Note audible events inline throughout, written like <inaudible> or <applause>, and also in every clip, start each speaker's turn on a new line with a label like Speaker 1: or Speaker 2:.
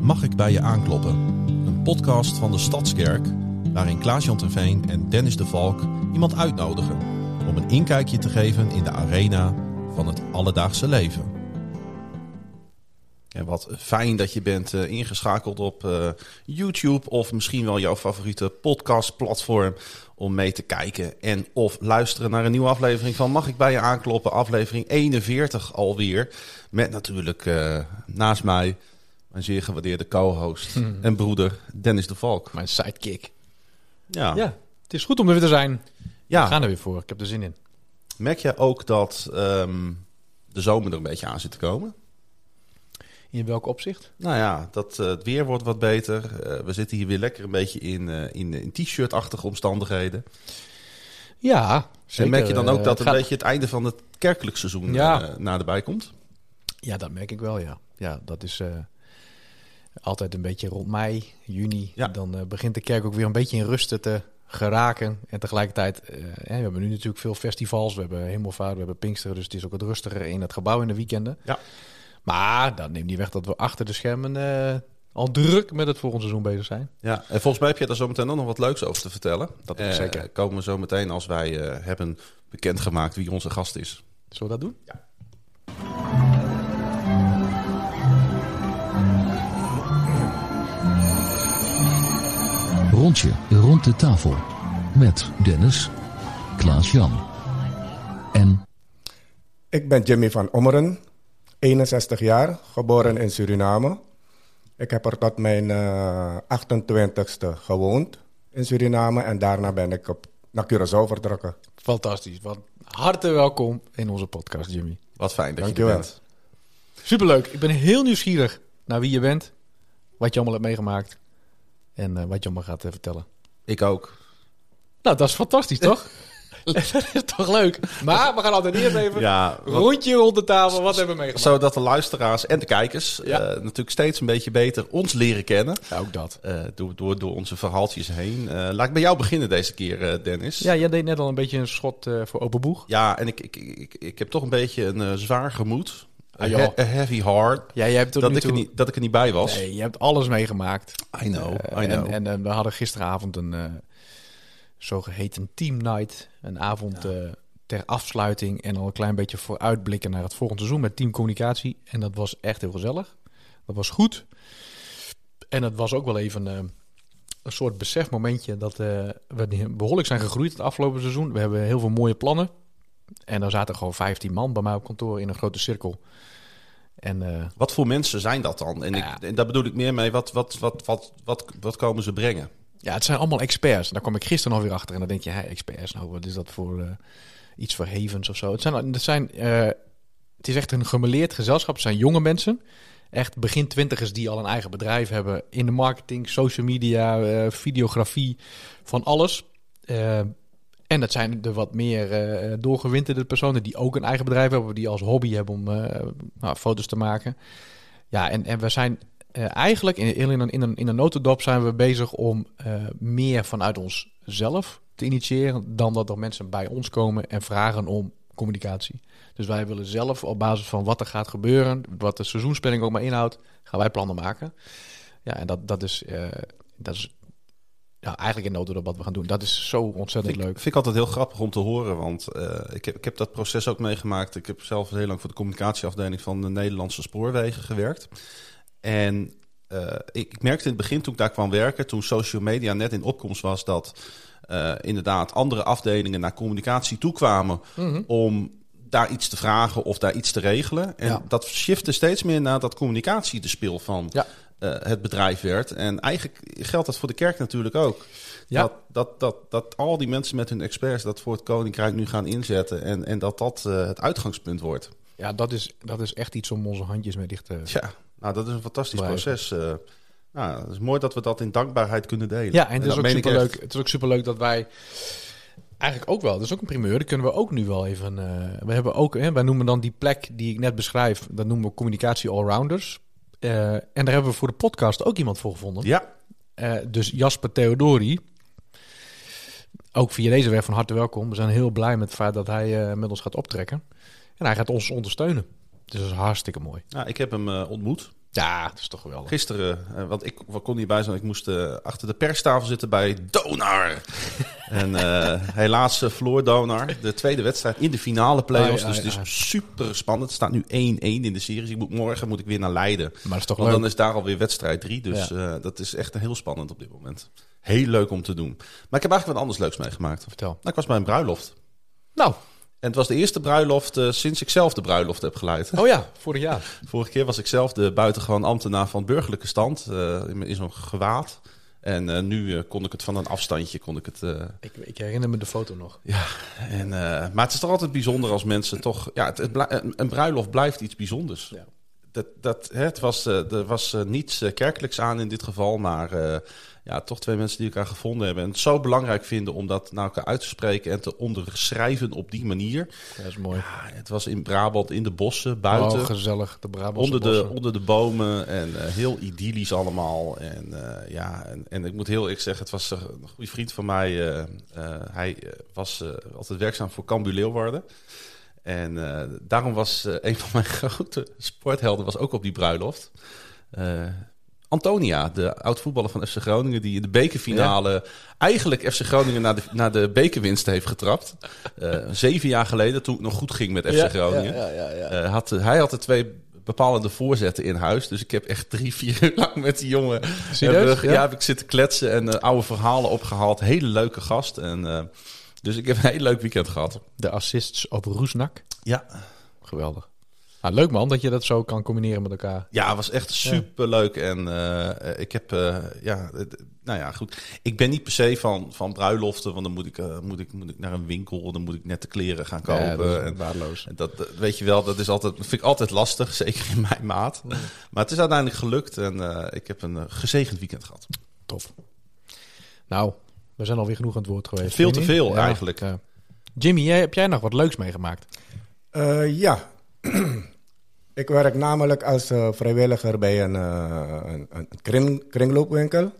Speaker 1: Mag ik bij je aankloppen? Een podcast van de Stadskerk, waarin Klaas-Jan Terveen en Dennis de Valk iemand uitnodigen om een inkijkje te geven in de arena van het alledaagse leven. En wat fijn dat je bent eh, ingeschakeld op eh, YouTube of misschien wel jouw favoriete podcastplatform om mee te kijken en of luisteren naar een nieuwe aflevering van Mag ik bij je aankloppen? Aflevering 41 alweer. Met natuurlijk eh, naast mij mijn zeer gewaardeerde co-host en broeder Dennis de Valk.
Speaker 2: Mijn sidekick.
Speaker 1: Ja. Ja.
Speaker 2: Ja, het is goed om er weer te zijn.
Speaker 1: Ah.
Speaker 2: We gaan er weer voor. Ik heb er zin in.
Speaker 1: merk je ook dat ehm, de zomer er een beetje aan zit te komen?
Speaker 2: In welk opzicht?
Speaker 1: Nou ja, dat, eh, het weer wordt wat beter. Eh, we zitten hier weer lekker een beetje in, eh, in, in t-shirt-achtige omstanden.
Speaker 2: Ja,
Speaker 1: En
Speaker 2: zeker.
Speaker 1: merk je dan ook
Speaker 2: Eh,
Speaker 1: dat een
Speaker 2: gaat-
Speaker 1: beetje het einde van het kerkelijk seizoen
Speaker 2: Ja.
Speaker 1: eh, naderbij komt?
Speaker 2: Ja, dat merk ik wel, ja. Ja, dat is eh, altijd een beetje rond mei, juni.
Speaker 1: Ja.
Speaker 2: Dan eh, begint de kerk ook weer een beetje in rusten te geraken. En tegelijkertijd, eh, hè, we hebben nu natuurlijk veel festivals. We hebben Hemelvaart, we hebben Pinksteren. Dus het is ook wat rustiger in het gebouw in de weekenden.
Speaker 1: Ja.
Speaker 2: Maar dat neemt niet weg dat we achter de schermen eh, al druk met het volgende seizoen bezig zijn.
Speaker 1: Ja, en volgens mij heb je daar zometeen ook nog wat leuks over te vertellen.
Speaker 2: Dat ook
Speaker 1: Eh,
Speaker 2: zeker.
Speaker 1: Komen we zo meteen als wij eh, hebben bekendgemaakt wie onze gast is.
Speaker 2: Zullen we dat doen?
Speaker 3: Rondje rond de tafel. Met Dennis, Klaas-Jan en
Speaker 4: Ik ben Jimmy van Ommeren, 61 jaar, geboren in Suriname. Ik heb er tot mijn eh, 28ste gewoond in Suriname en daarna ben ik op, naar Curaçao vertrokken.
Speaker 2: Fantastisch. Van harte welkom in onze podcast, Jimmy.
Speaker 1: Wat fijn dat je er
Speaker 4: Dankjewel.
Speaker 1: bent.
Speaker 2: Superleuk. Ik ben heel nieuwsgierig naar wie je bent, wat je allemaal hebt meegemaakt en eh, wat je allemaal gaat eh, vertellen.
Speaker 1: Ik ook.
Speaker 2: Nou, dat is fantastisch, toch? <laughs> dat is toch leuk? Maar we gaan altijd eerst even
Speaker 1: Ja, wat-
Speaker 2: rondje rond de tafel. Wat hebben we meegemaakt?
Speaker 1: zodat de luisteraars en de kijkers
Speaker 2: Ja.
Speaker 1: eh, natuurlijk steeds een beetje beter ons leren kennen.
Speaker 2: Ja, ook dat.
Speaker 1: eh, door, door, door onze verhaaltjes heen. Eh, laat ik bij jou beginnen deze keer, eh, Dennis.
Speaker 2: Ja, jij deed net al een beetje een schot eh, voor open boeg.
Speaker 1: Ja, en ik, ik, ik, ik heb toch een beetje een eh, zwaar gemoed.
Speaker 2: Ah,
Speaker 1: Een
Speaker 2: joh.
Speaker 1: he- een heavy heart.
Speaker 2: Ja, jij hebt tot
Speaker 1: Dat
Speaker 2: nu
Speaker 1: ik, er
Speaker 2: toe-
Speaker 1: niet, dat ik er niet bij was.
Speaker 2: Nee, je hebt alles meegemaakt.
Speaker 1: I know,
Speaker 2: Eh,
Speaker 1: Oh, I know.
Speaker 2: En, en, eh, we hadden gisteravond een eh, zogeheten team night. Een avond eh, ter afsluiting en al een klein beetje vooruitblikken naar het volgende seizoen met team communicatie. En dat was echt heel gezellig. Dat was goed. En het was ook wel even eh, een soort besefmomentje dat eh, we behoorlijk zijn gegroeid het afgelopen seizoen. We hebben heel veel mooie plannen. En daar zaten gewoon 15 man bij mij op kantoor in een grote cirkel. En eh,
Speaker 1: Wat voor mensen zijn dat dan? En,
Speaker 2: Ja.
Speaker 1: ik, en daar bedoel ik meer mee, wat, wat, wat, wat, wat, wat komen ze brengen?
Speaker 2: Ja, het zijn allemaal experts. En daar kwam ik gisteren alweer achter. En dan denk je, hè, experts, nou, wat is dat voor eh, iets verhevens of zo? Het, zijn, het, zijn, eh, het is echt een gemeleerd gezelschap. Het zijn jonge mensen. Echt begin twintigers die al een eigen bedrijf hebben. In de marketing, social media, eh, videografie, van alles. Eh, en dat zijn de wat meer eh, doorgewinterde personen die ook een eigen bedrijf hebben. Die als hobby hebben om eh, nou, foto's te maken. Ja, en, en we zijn eh, eigenlijk in, in, een, in, een, in een notendop zijn we bezig om eh, meer vanuit onszelf te initiëren dan dat er mensen bij ons komen en vragen om communicatie. Dus wij willen zelf op basis van wat er gaat gebeuren, wat de seizoensplanning ook maar inhoudt, gaan wij plannen maken. Ja, en dat, dat is, eh, dat is ja, eigenlijk in notendop wat we gaan doen. Dat is zo ontzettend
Speaker 1: Vind, ik-
Speaker 2: leuk.
Speaker 1: vind ik altijd heel grappig om te horen, want eh, ik, heb, ik heb dat proces ook meegemaakt. Ik heb zelf heel lang voor de communicatieafdeling van de Nederlandse Spoorwegen gewerkt. En eh, ik, ik merkte in het begin toen ik daar kwam werken, toen social media net in opkomst was, dat eh, inderdaad andere afdelingen naar communicatie toekwamen
Speaker 2: Mhm.
Speaker 1: om daar iets te vragen of daar iets te regelen. En
Speaker 2: Ja.
Speaker 1: dat shifte steeds meer naar dat communicatie de speel van
Speaker 2: Ja.
Speaker 1: eh, het bedrijf werd. En eigenlijk geldt dat voor de kerk natuurlijk ook.
Speaker 2: Ja.
Speaker 1: Dat, dat, dat, dat al die mensen met hun experts dat voor het Koninkrijk nu gaan inzetten. En, en dat dat eh, het uitgangspunt wordt.
Speaker 2: Ja, dat is, dat is echt iets om onze handjes mee dicht te...
Speaker 1: Tja, nou dat is een fantastisch
Speaker 2: Blijven.
Speaker 1: proces. eh. nou, het is mooi dat we dat in dankbaarheid kunnen delen.
Speaker 2: Ja, en het is,
Speaker 1: dat
Speaker 2: ook
Speaker 1: meen ik
Speaker 2: superleuk,
Speaker 1: echt.
Speaker 2: het is ook superleuk dat wij eigenlijk ook wel, dat is ook een primeur, dat kunnen we ook nu wel even, eh, we hebben ook, hè, wij noemen dan die plek die ik net beschrijf, dat noemen we communicatie allrounders. Eh, en daar hebben we voor de podcast ook iemand voor gevonden.
Speaker 1: Ja,
Speaker 2: Eh, dus Jasper Theodori, ook via deze weg van harte welkom. We zijn heel blij met het feit dat hij eh, met ons gaat optrekken. En hij gaat ons ondersteunen. Dus dat is hartstikke mooi.
Speaker 1: nou, ik heb hem eh, ontmoet.
Speaker 2: Ja, dat is toch geweldig.
Speaker 1: Gisteren, eh, want ik wat kon niet bij zijn, ik moest eh, achter de perstafel zitten bij
Speaker 2: <laughs>
Speaker 1: Donar. en eh, helaas eh, verloor Donar de tweede wedstrijd in de finale play-offs.
Speaker 2: Ai, ai,
Speaker 1: dus het
Speaker 2: ai.
Speaker 1: is super spannend. Het staat nu 1-1 in de series. Ik moet, morgen moet ik weer naar Leiden.
Speaker 2: Maar dat is toch
Speaker 1: Want
Speaker 2: leuk.
Speaker 1: dan is daar alweer wedstrijd 3. Dus eh, dat is echt heel spannend op dit moment. Heel leuk om te doen. Maar ik heb eigenlijk wat anders leuks meegemaakt. Nou,
Speaker 2: Vertel.
Speaker 1: ik was bij een bruiloft.
Speaker 2: Nou,
Speaker 1: En het was de eerste bruiloft eh, sinds ik zelf de bruiloft heb geleid.
Speaker 2: oh ja, vorig jaar.
Speaker 1: Vorige keer was ik zelf de buitengewoon ambtenaar van burgerlijke stand. eh, in in zo'n gewaad. En eh, nu eh, kon ik het van een afstandje. Kon ik het, eh,
Speaker 2: Ik, ik herinner me de foto nog.
Speaker 1: ja. en, eh, maar het is toch altijd bijzonder als mensen toch... Ja, het, het blij- een, een bruiloft blijft iets bijzonders.
Speaker 2: Ja.
Speaker 1: Dat, dat, hè, het was, eh, er was eh, niets eh, kerkelijks aan in dit geval. Maar eh, ja, toch twee mensen die elkaar gevonden hebben. En het zo belangrijk vinden om dat naar elkaar uit te spreken... en te onderschrijven op die manier.
Speaker 2: Ja, dat is mooi.
Speaker 1: Ja, het was in Brabant, in de bossen, buiten.
Speaker 2: Oh, gezellig. De Brabantse
Speaker 1: Onder de,
Speaker 2: bossen.
Speaker 1: onder de bomen en eh, heel idyllisch allemaal. En eh, ja, en, en ik moet heel eerlijk zeggen, het was eh, een goede vriend van mij. eh, eh, hij eh, was eh, altijd werkzaam voor Cambuur Leeuwarden. En eh, daarom was eh, een van mijn <laughs> grote sporthelden was ook op die bruiloft. Eh, Antonia, de oud-voetballer van FC Groningen... die in de bekerfinale eigenlijk FC Groningen naar de, naar de bekerwinst heeft
Speaker 2: <laughs>
Speaker 1: getrapt. Eh, zeven jaar geleden, toen het nog goed ging met FC
Speaker 2: Ja,
Speaker 1: Groningen.
Speaker 2: Ja, ja, ja, ja.
Speaker 1: Eh, had, hij had de twee bepalende voorzetten in huis. Dus ik heb echt drie, <laughs> vier uur lang met die jongen...
Speaker 2: Serieus?
Speaker 1: hebben we- ja?
Speaker 2: Ja?
Speaker 1: heb ik zitten kletsen en eh, oude verhalen opgehaald. Hele leuke gast. En, eh, dus ik heb een heel leuk weekend gehad.
Speaker 2: De assists op Roesnak.
Speaker 1: Ja,
Speaker 2: Geweldig. Ah, leuk man, dat je dat zo kan combineren met elkaar.
Speaker 1: ja het was echt superleuk. En eh, eh, ik heb... eh, ja, het- nou ja, goed. Ik ben niet per se van, van bruiloften. Want dan moet ik, eh, moet, ik, moet ik naar een winkel. Dan moet ik net de kleren gaan kopen.
Speaker 2: Ja, dat is
Speaker 1: en,
Speaker 2: waardeloos.
Speaker 1: En Dat eh, weet je wel, dat is altijd, vind ik altijd lastig, <laughs> zeker in mijn maat. Maar het is uiteindelijk gelukt en eh, ik heb een eh, gezegend weekend gehad.
Speaker 2: Tof. Nou, we zijn alweer genoeg aan het woord geweest.
Speaker 1: Veel
Speaker 2: vind je
Speaker 1: te
Speaker 2: niet?
Speaker 1: veel eigenlijk.
Speaker 2: ja. Jimmy, jij, heb jij nog wat leuks meegemaakt?
Speaker 4: Eh, ja. <clears throat> ik werk namelijk als eh, vrijwilliger bij een, eh, een, een kring, kringloopwinkel.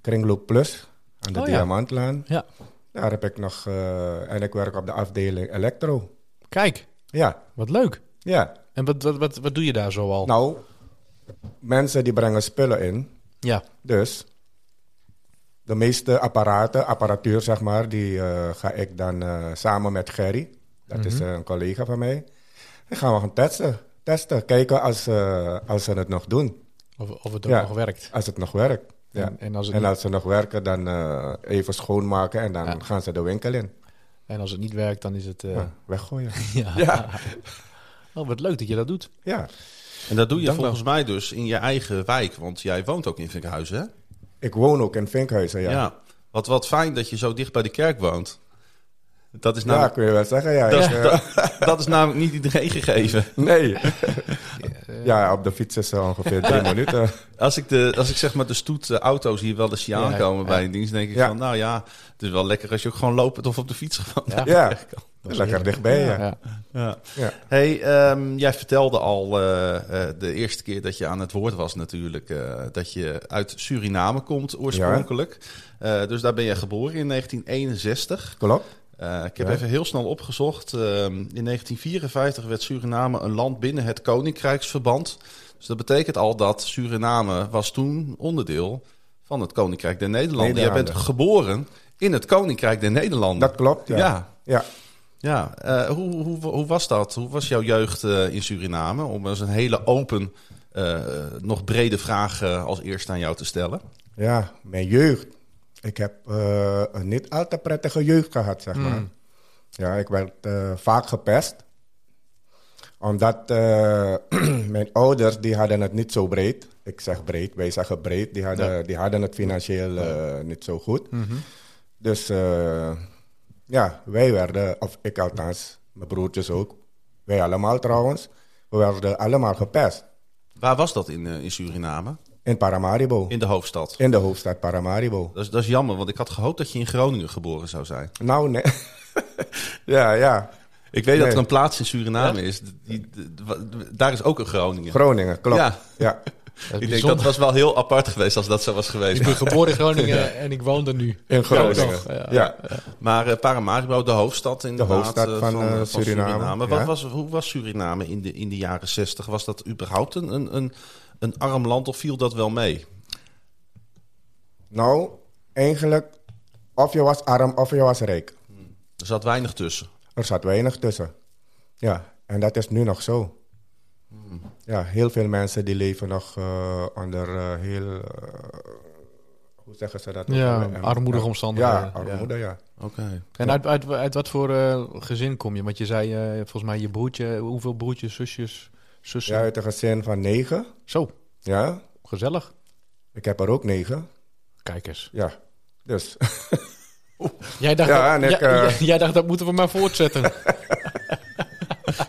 Speaker 4: Kringloop Plus aan de
Speaker 2: Oh ja.
Speaker 4: Diamantlaan.
Speaker 2: Ja.
Speaker 4: Daar heb ik nog... eh, en ik werk op de afdeling elektro.
Speaker 2: Kijk,
Speaker 4: Ja,
Speaker 2: wat leuk.
Speaker 4: ja.
Speaker 2: En wat, wat, wat, wat doe je daar zoal?
Speaker 4: Nou, mensen die brengen spullen in.
Speaker 2: ja.
Speaker 4: Dus de meeste apparaten, apparatuur zeg maar, die eh, ga ik dan eh, samen met Gerry, dat is
Speaker 2: Mhm.
Speaker 4: eh, een collega van mij, die gaan we gaan testen. Testen, kijken als, eh, als ze het nog doen,
Speaker 2: Of, of het ook
Speaker 4: Ja.
Speaker 2: nog werkt.
Speaker 4: als het nog werkt. Ja.
Speaker 2: En, en, als het
Speaker 4: En
Speaker 2: niet,
Speaker 4: als ze nog werken, dan eh, even schoonmaken en dan
Speaker 2: Ja.
Speaker 4: gaan ze de winkel in.
Speaker 2: en als het niet werkt, dan is het... eh,
Speaker 4: Ja, weggooien.
Speaker 2: ja. <laughs>
Speaker 4: Ja.
Speaker 2: Oh, wat leuk dat je dat doet.
Speaker 4: ja,
Speaker 1: En dat doe je
Speaker 2: Dankbaar.
Speaker 1: volgens mij dus in je eigen wijk, want jij woont ook in Vinkhuizen, hè?
Speaker 4: ik woon ook in Vinkhuizen, ja. Ja,
Speaker 1: Wat, wat fijn dat je zo dicht bij de kerk woont. Dat is
Speaker 4: ja
Speaker 2: Nou,
Speaker 1: namelijk,
Speaker 4: Dus kun je wel zeggen, ja.
Speaker 1: dat, is,
Speaker 4: Ik, eh,
Speaker 1: dat, dat is namelijk niet iedereen gegeven.
Speaker 4: Nee. <laughs> ja, op de fiets is ze ongeveer drie
Speaker 2: <laughs>
Speaker 4: minuten.
Speaker 1: Als ik, de, als ik zeg maar de stoet eh, auto's hier wel eens zie
Speaker 2: Ja,
Speaker 1: aankomen
Speaker 2: ja.
Speaker 1: bij een dienst, denk ik
Speaker 4: Ja.
Speaker 1: van, nou ja, het is wel lekker als je ook gewoon lopend of op de fiets gewoon
Speaker 2: Ja.
Speaker 1: naar de
Speaker 4: Ja,
Speaker 1: kerk kan.
Speaker 2: Dat is
Speaker 4: lekker
Speaker 2: heerlijk.
Speaker 4: dichtbij, ja.
Speaker 2: ja.
Speaker 1: Ja.
Speaker 4: Ja.
Speaker 1: Hey, ehm, jij vertelde al eh, eh, de eerste keer dat je aan het woord was natuurlijk, eh, dat je uit Suriname komt oorspronkelijk. Eh, dus daar ben je geboren in 1961.
Speaker 4: Klopt.
Speaker 1: Eh, ik heb
Speaker 4: Ja.
Speaker 1: even heel snel opgezocht. Ehm, in 1954 werd Suriname een land binnen het Koninkrijksverband. Dus dat betekent al dat Suriname was toen onderdeel van het Koninkrijk der Nederlanden. Jij bent
Speaker 4: Nederlanden.
Speaker 1: geboren in het Koninkrijk der Nederlanden.
Speaker 4: Dat klopt, ja.
Speaker 1: ja.
Speaker 4: Ja,
Speaker 1: Ja, eh, hoe, hoe, hoe was dat? Hoe was jouw jeugd eh, in Suriname? Om eens een hele open, eh, nog brede vraag eh, als eerste aan jou te stellen.
Speaker 4: ja mijn jeugd. Ik heb eh, een niet al te prettige jeugd gehad, zeg maar. Ja, ik werd eh, vaak gepest. Omdat eh, <clears throat> mijn ouders, die hadden het niet zo breed. Ik zeg breed, wij zeggen breed. Die hadden, die hadden het financieel eh, niet zo goed. Dus eh, ja, wij werden, of ik althans, mijn broertjes ook. Wij allemaal trouwens. We werden allemaal gepest.
Speaker 1: Waar was dat in, eh, in Suriname?
Speaker 4: In Paramaribo.
Speaker 1: In de hoofdstad.
Speaker 4: in de hoofdstad Paramaribo.
Speaker 1: Dat is, dat is jammer, want ik had gehoopt dat je in Groningen geboren zou zijn.
Speaker 4: Nou, nee. <laughs> ja, ja.
Speaker 1: Ik weet dat
Speaker 4: Nee.
Speaker 1: er een plaats in Suriname is. Die, die- wa- daar is ook een Groningen.
Speaker 4: Groningen, klopt.
Speaker 1: Ja.
Speaker 4: Ja.
Speaker 2: Dat is
Speaker 1: ik denk dat
Speaker 2: bijzonder.
Speaker 1: was wel heel apart geweest als dat zo was geweest.
Speaker 2: Ik ben geboren in
Speaker 1: <laughs>
Speaker 2: Groningen en ik woon er nu.
Speaker 4: in Groningen.
Speaker 2: toch, ja.
Speaker 4: Ja,
Speaker 1: Maar eh, Paramaribo, de hoofdstad inderdaad
Speaker 4: hoofdstad
Speaker 1: eh,
Speaker 4: van,
Speaker 1: eh,
Speaker 4: eh, Suriname,
Speaker 1: Wat
Speaker 4: ja.
Speaker 1: was, hoe was Suriname in de, in de jaren zestig? Was dat überhaupt een, een, een, een arm land of viel dat wel mee?
Speaker 4: Nou, eigenlijk, of je was arm of je was rijk.
Speaker 1: Er zat weinig tussen.
Speaker 4: Er zat weinig tussen. Ja, en dat is nu nog zo.
Speaker 2: Hmm.
Speaker 4: Ja, heel veel mensen die leven nog eh, onder eh, heel... eh, hoe zeggen ze dat?
Speaker 2: Ja,
Speaker 4: Eh,
Speaker 2: armoedige
Speaker 4: ja.
Speaker 2: omstandigheden.
Speaker 4: Ja, armoede, ja.
Speaker 1: Oké.
Speaker 2: En uit, uit, uit wat voor eh, gezin kom je? Want je zei eh, volgens mij je broertje, hoeveel broertjes, zusjes, zussen?
Speaker 4: Ja, uit een gezin van negen.
Speaker 2: Zo,
Speaker 4: Ja,
Speaker 2: gezellig.
Speaker 4: ik heb er ook negen.
Speaker 2: Kijk eens.
Speaker 4: Ja, dus...
Speaker 2: Jij dacht,
Speaker 4: Ja,
Speaker 2: dat,
Speaker 4: en ik,
Speaker 2: ja,
Speaker 4: eh,
Speaker 2: ja, <laughs> jij dacht dat moeten we maar
Speaker 4: <laughs>
Speaker 2: voortzetten.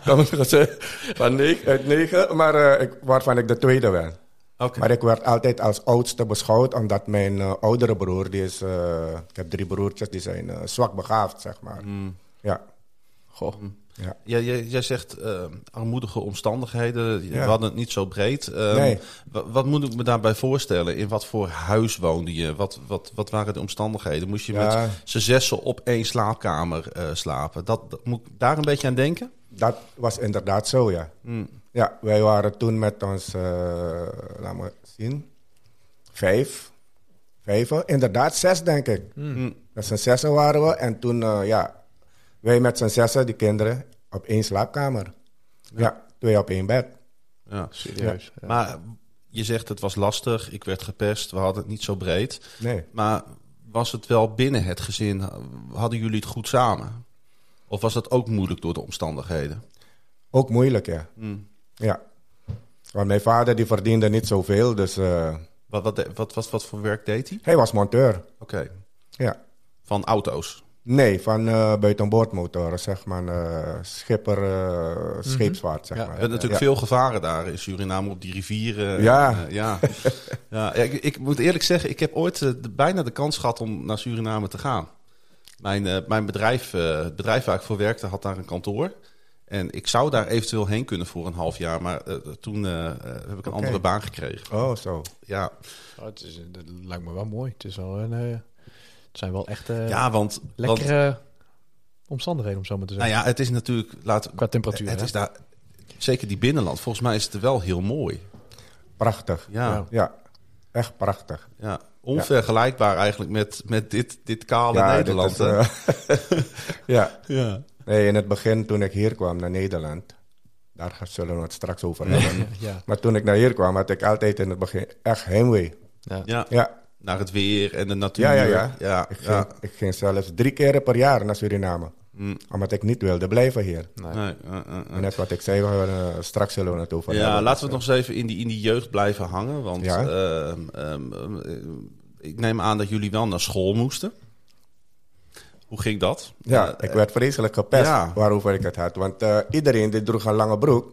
Speaker 4: Dan een gezin van negen, uit negen, maar eh, ik, waarvan ik de tweede ben.
Speaker 1: Oké.
Speaker 4: Maar ik werd altijd als oudste beschouwd, omdat mijn eh, oudere broer, die is, eh, ik heb drie broertjes, die zijn eh, zwak begaafd, zeg maar. Ja.
Speaker 2: Goh.
Speaker 4: Hm.
Speaker 1: Jij, jij, jij zegt eh, armoedige omstandigheden.
Speaker 4: Ja.
Speaker 1: We hadden het niet zo breed. Ehm,
Speaker 4: Nee.
Speaker 1: wa- Wat moet ik me daarbij voorstellen? In wat voor huis woonde je? Wat, wat, wat waren de omstandigheden? Moest je
Speaker 4: Ja.
Speaker 1: met z'n zessen op één slaapkamer eh, slapen? Dat, dat- moet ik daar een beetje aan denken?
Speaker 4: Dat was inderdaad zo, ja. Ja, wij waren toen met ons, eh laat maar zien, vijf. Vijven, inderdaad zes, denk ik. Met z'n zessen waren we. En toen, eh, ja, wij met z'n zessen, die kinderen, op één slaapkamer. Ja, twee op één bed.
Speaker 1: Ja.
Speaker 2: Serieus. Ja.
Speaker 1: Maar je zegt het was lastig. Ik werd gepest. We hadden het niet zo breed.
Speaker 4: Nee.
Speaker 1: Maar was het wel binnen het gezin? Hadden jullie het goed samen? Of was dat ook moeilijk door de omstandigheden?
Speaker 4: Ook moeilijk, ja. Ja. Want mijn vader die verdiende niet zoveel, dus eh,
Speaker 1: Wat, wat, de- wat, wat, wat voor werk deed hij?
Speaker 4: hij was monteur.
Speaker 1: Oké.
Speaker 4: Ja.
Speaker 1: Van auto's.
Speaker 4: Nee, van eh buitenboordmotoren, zeg maar. eh, schipper, eh, scheepsvaart, zeg
Speaker 2: Ja,
Speaker 4: maar.
Speaker 1: Je hebt Mhm. natuurlijk
Speaker 4: Ja.
Speaker 1: veel gevaren daar in Suriname op die rivieren.
Speaker 4: Ja.
Speaker 1: Eh,
Speaker 4: <laughs>
Speaker 1: ja. ja ik, ik moet eerlijk zeggen, ik heb ooit eh, de- bijna de kans gehad om naar Suriname te gaan. Mijn, eh, mijn bedrijf, eh, het bedrijf waar ik voor werkte, had daar een kantoor. En ik zou daar eventueel heen kunnen voor een half jaar. Maar eh, toen eh, eh, heb ik een andere baan gekregen.
Speaker 4: Oh, zo.
Speaker 1: Ja,
Speaker 2: Oh, het is, dat lijkt me wel mooi. Het, is wel een, eh, het zijn wel echt eh,
Speaker 1: ja want, want
Speaker 2: lekkere omstandigheden, om zo maar te
Speaker 1: nou
Speaker 2: zeggen.
Speaker 1: ja, het is natuurlijk... Laat,
Speaker 2: Qua temperatuur.
Speaker 1: het
Speaker 2: hè?
Speaker 1: is daar, zeker die binnenland, volgens mij is het er wel heel mooi.
Speaker 4: Prachtig. Ja.
Speaker 1: Ja.
Speaker 2: Ja.
Speaker 4: echt prachtig.
Speaker 1: Ja, onvergelijkbaar eigenlijk met, met dit, dit kale
Speaker 4: ja, dit
Speaker 1: Nederland.
Speaker 4: is,
Speaker 1: hè?
Speaker 4: eh, <laughs> ja.
Speaker 1: <laughs> ja.
Speaker 4: Nee, in het begin toen ik hier kwam naar Nederland, daar zullen we het straks over hebben.
Speaker 2: ja.
Speaker 4: maar toen ik naar hier kwam, had ik altijd in het begin echt heimwee.
Speaker 2: Ja.
Speaker 1: Ja,
Speaker 4: Ja,
Speaker 1: naar het weer en de natuur.
Speaker 4: Ja, ja, ja.
Speaker 1: ja,
Speaker 4: ik,
Speaker 1: ja. Mm.
Speaker 4: ging, ik ging zelfs drie keer per jaar naar Suriname. Omdat ik niet wilde blijven hier.
Speaker 1: Nee, eh, eh, eh.
Speaker 4: En net wat ik zei, we, eh, straks zullen we het over
Speaker 1: Ja,
Speaker 4: hebben.
Speaker 1: laten we het nog eens even in die, in die jeugd blijven hangen. Want
Speaker 4: Ja.
Speaker 1: ehm, ehm, ehm, ik neem aan dat jullie wel naar school moesten. Hoe ging dat?
Speaker 4: Ja,
Speaker 1: Eh,
Speaker 4: ik werd vreselijk gepest
Speaker 1: ja.
Speaker 4: waarover ik het had. Want eh, iedereen die droeg een lange broek.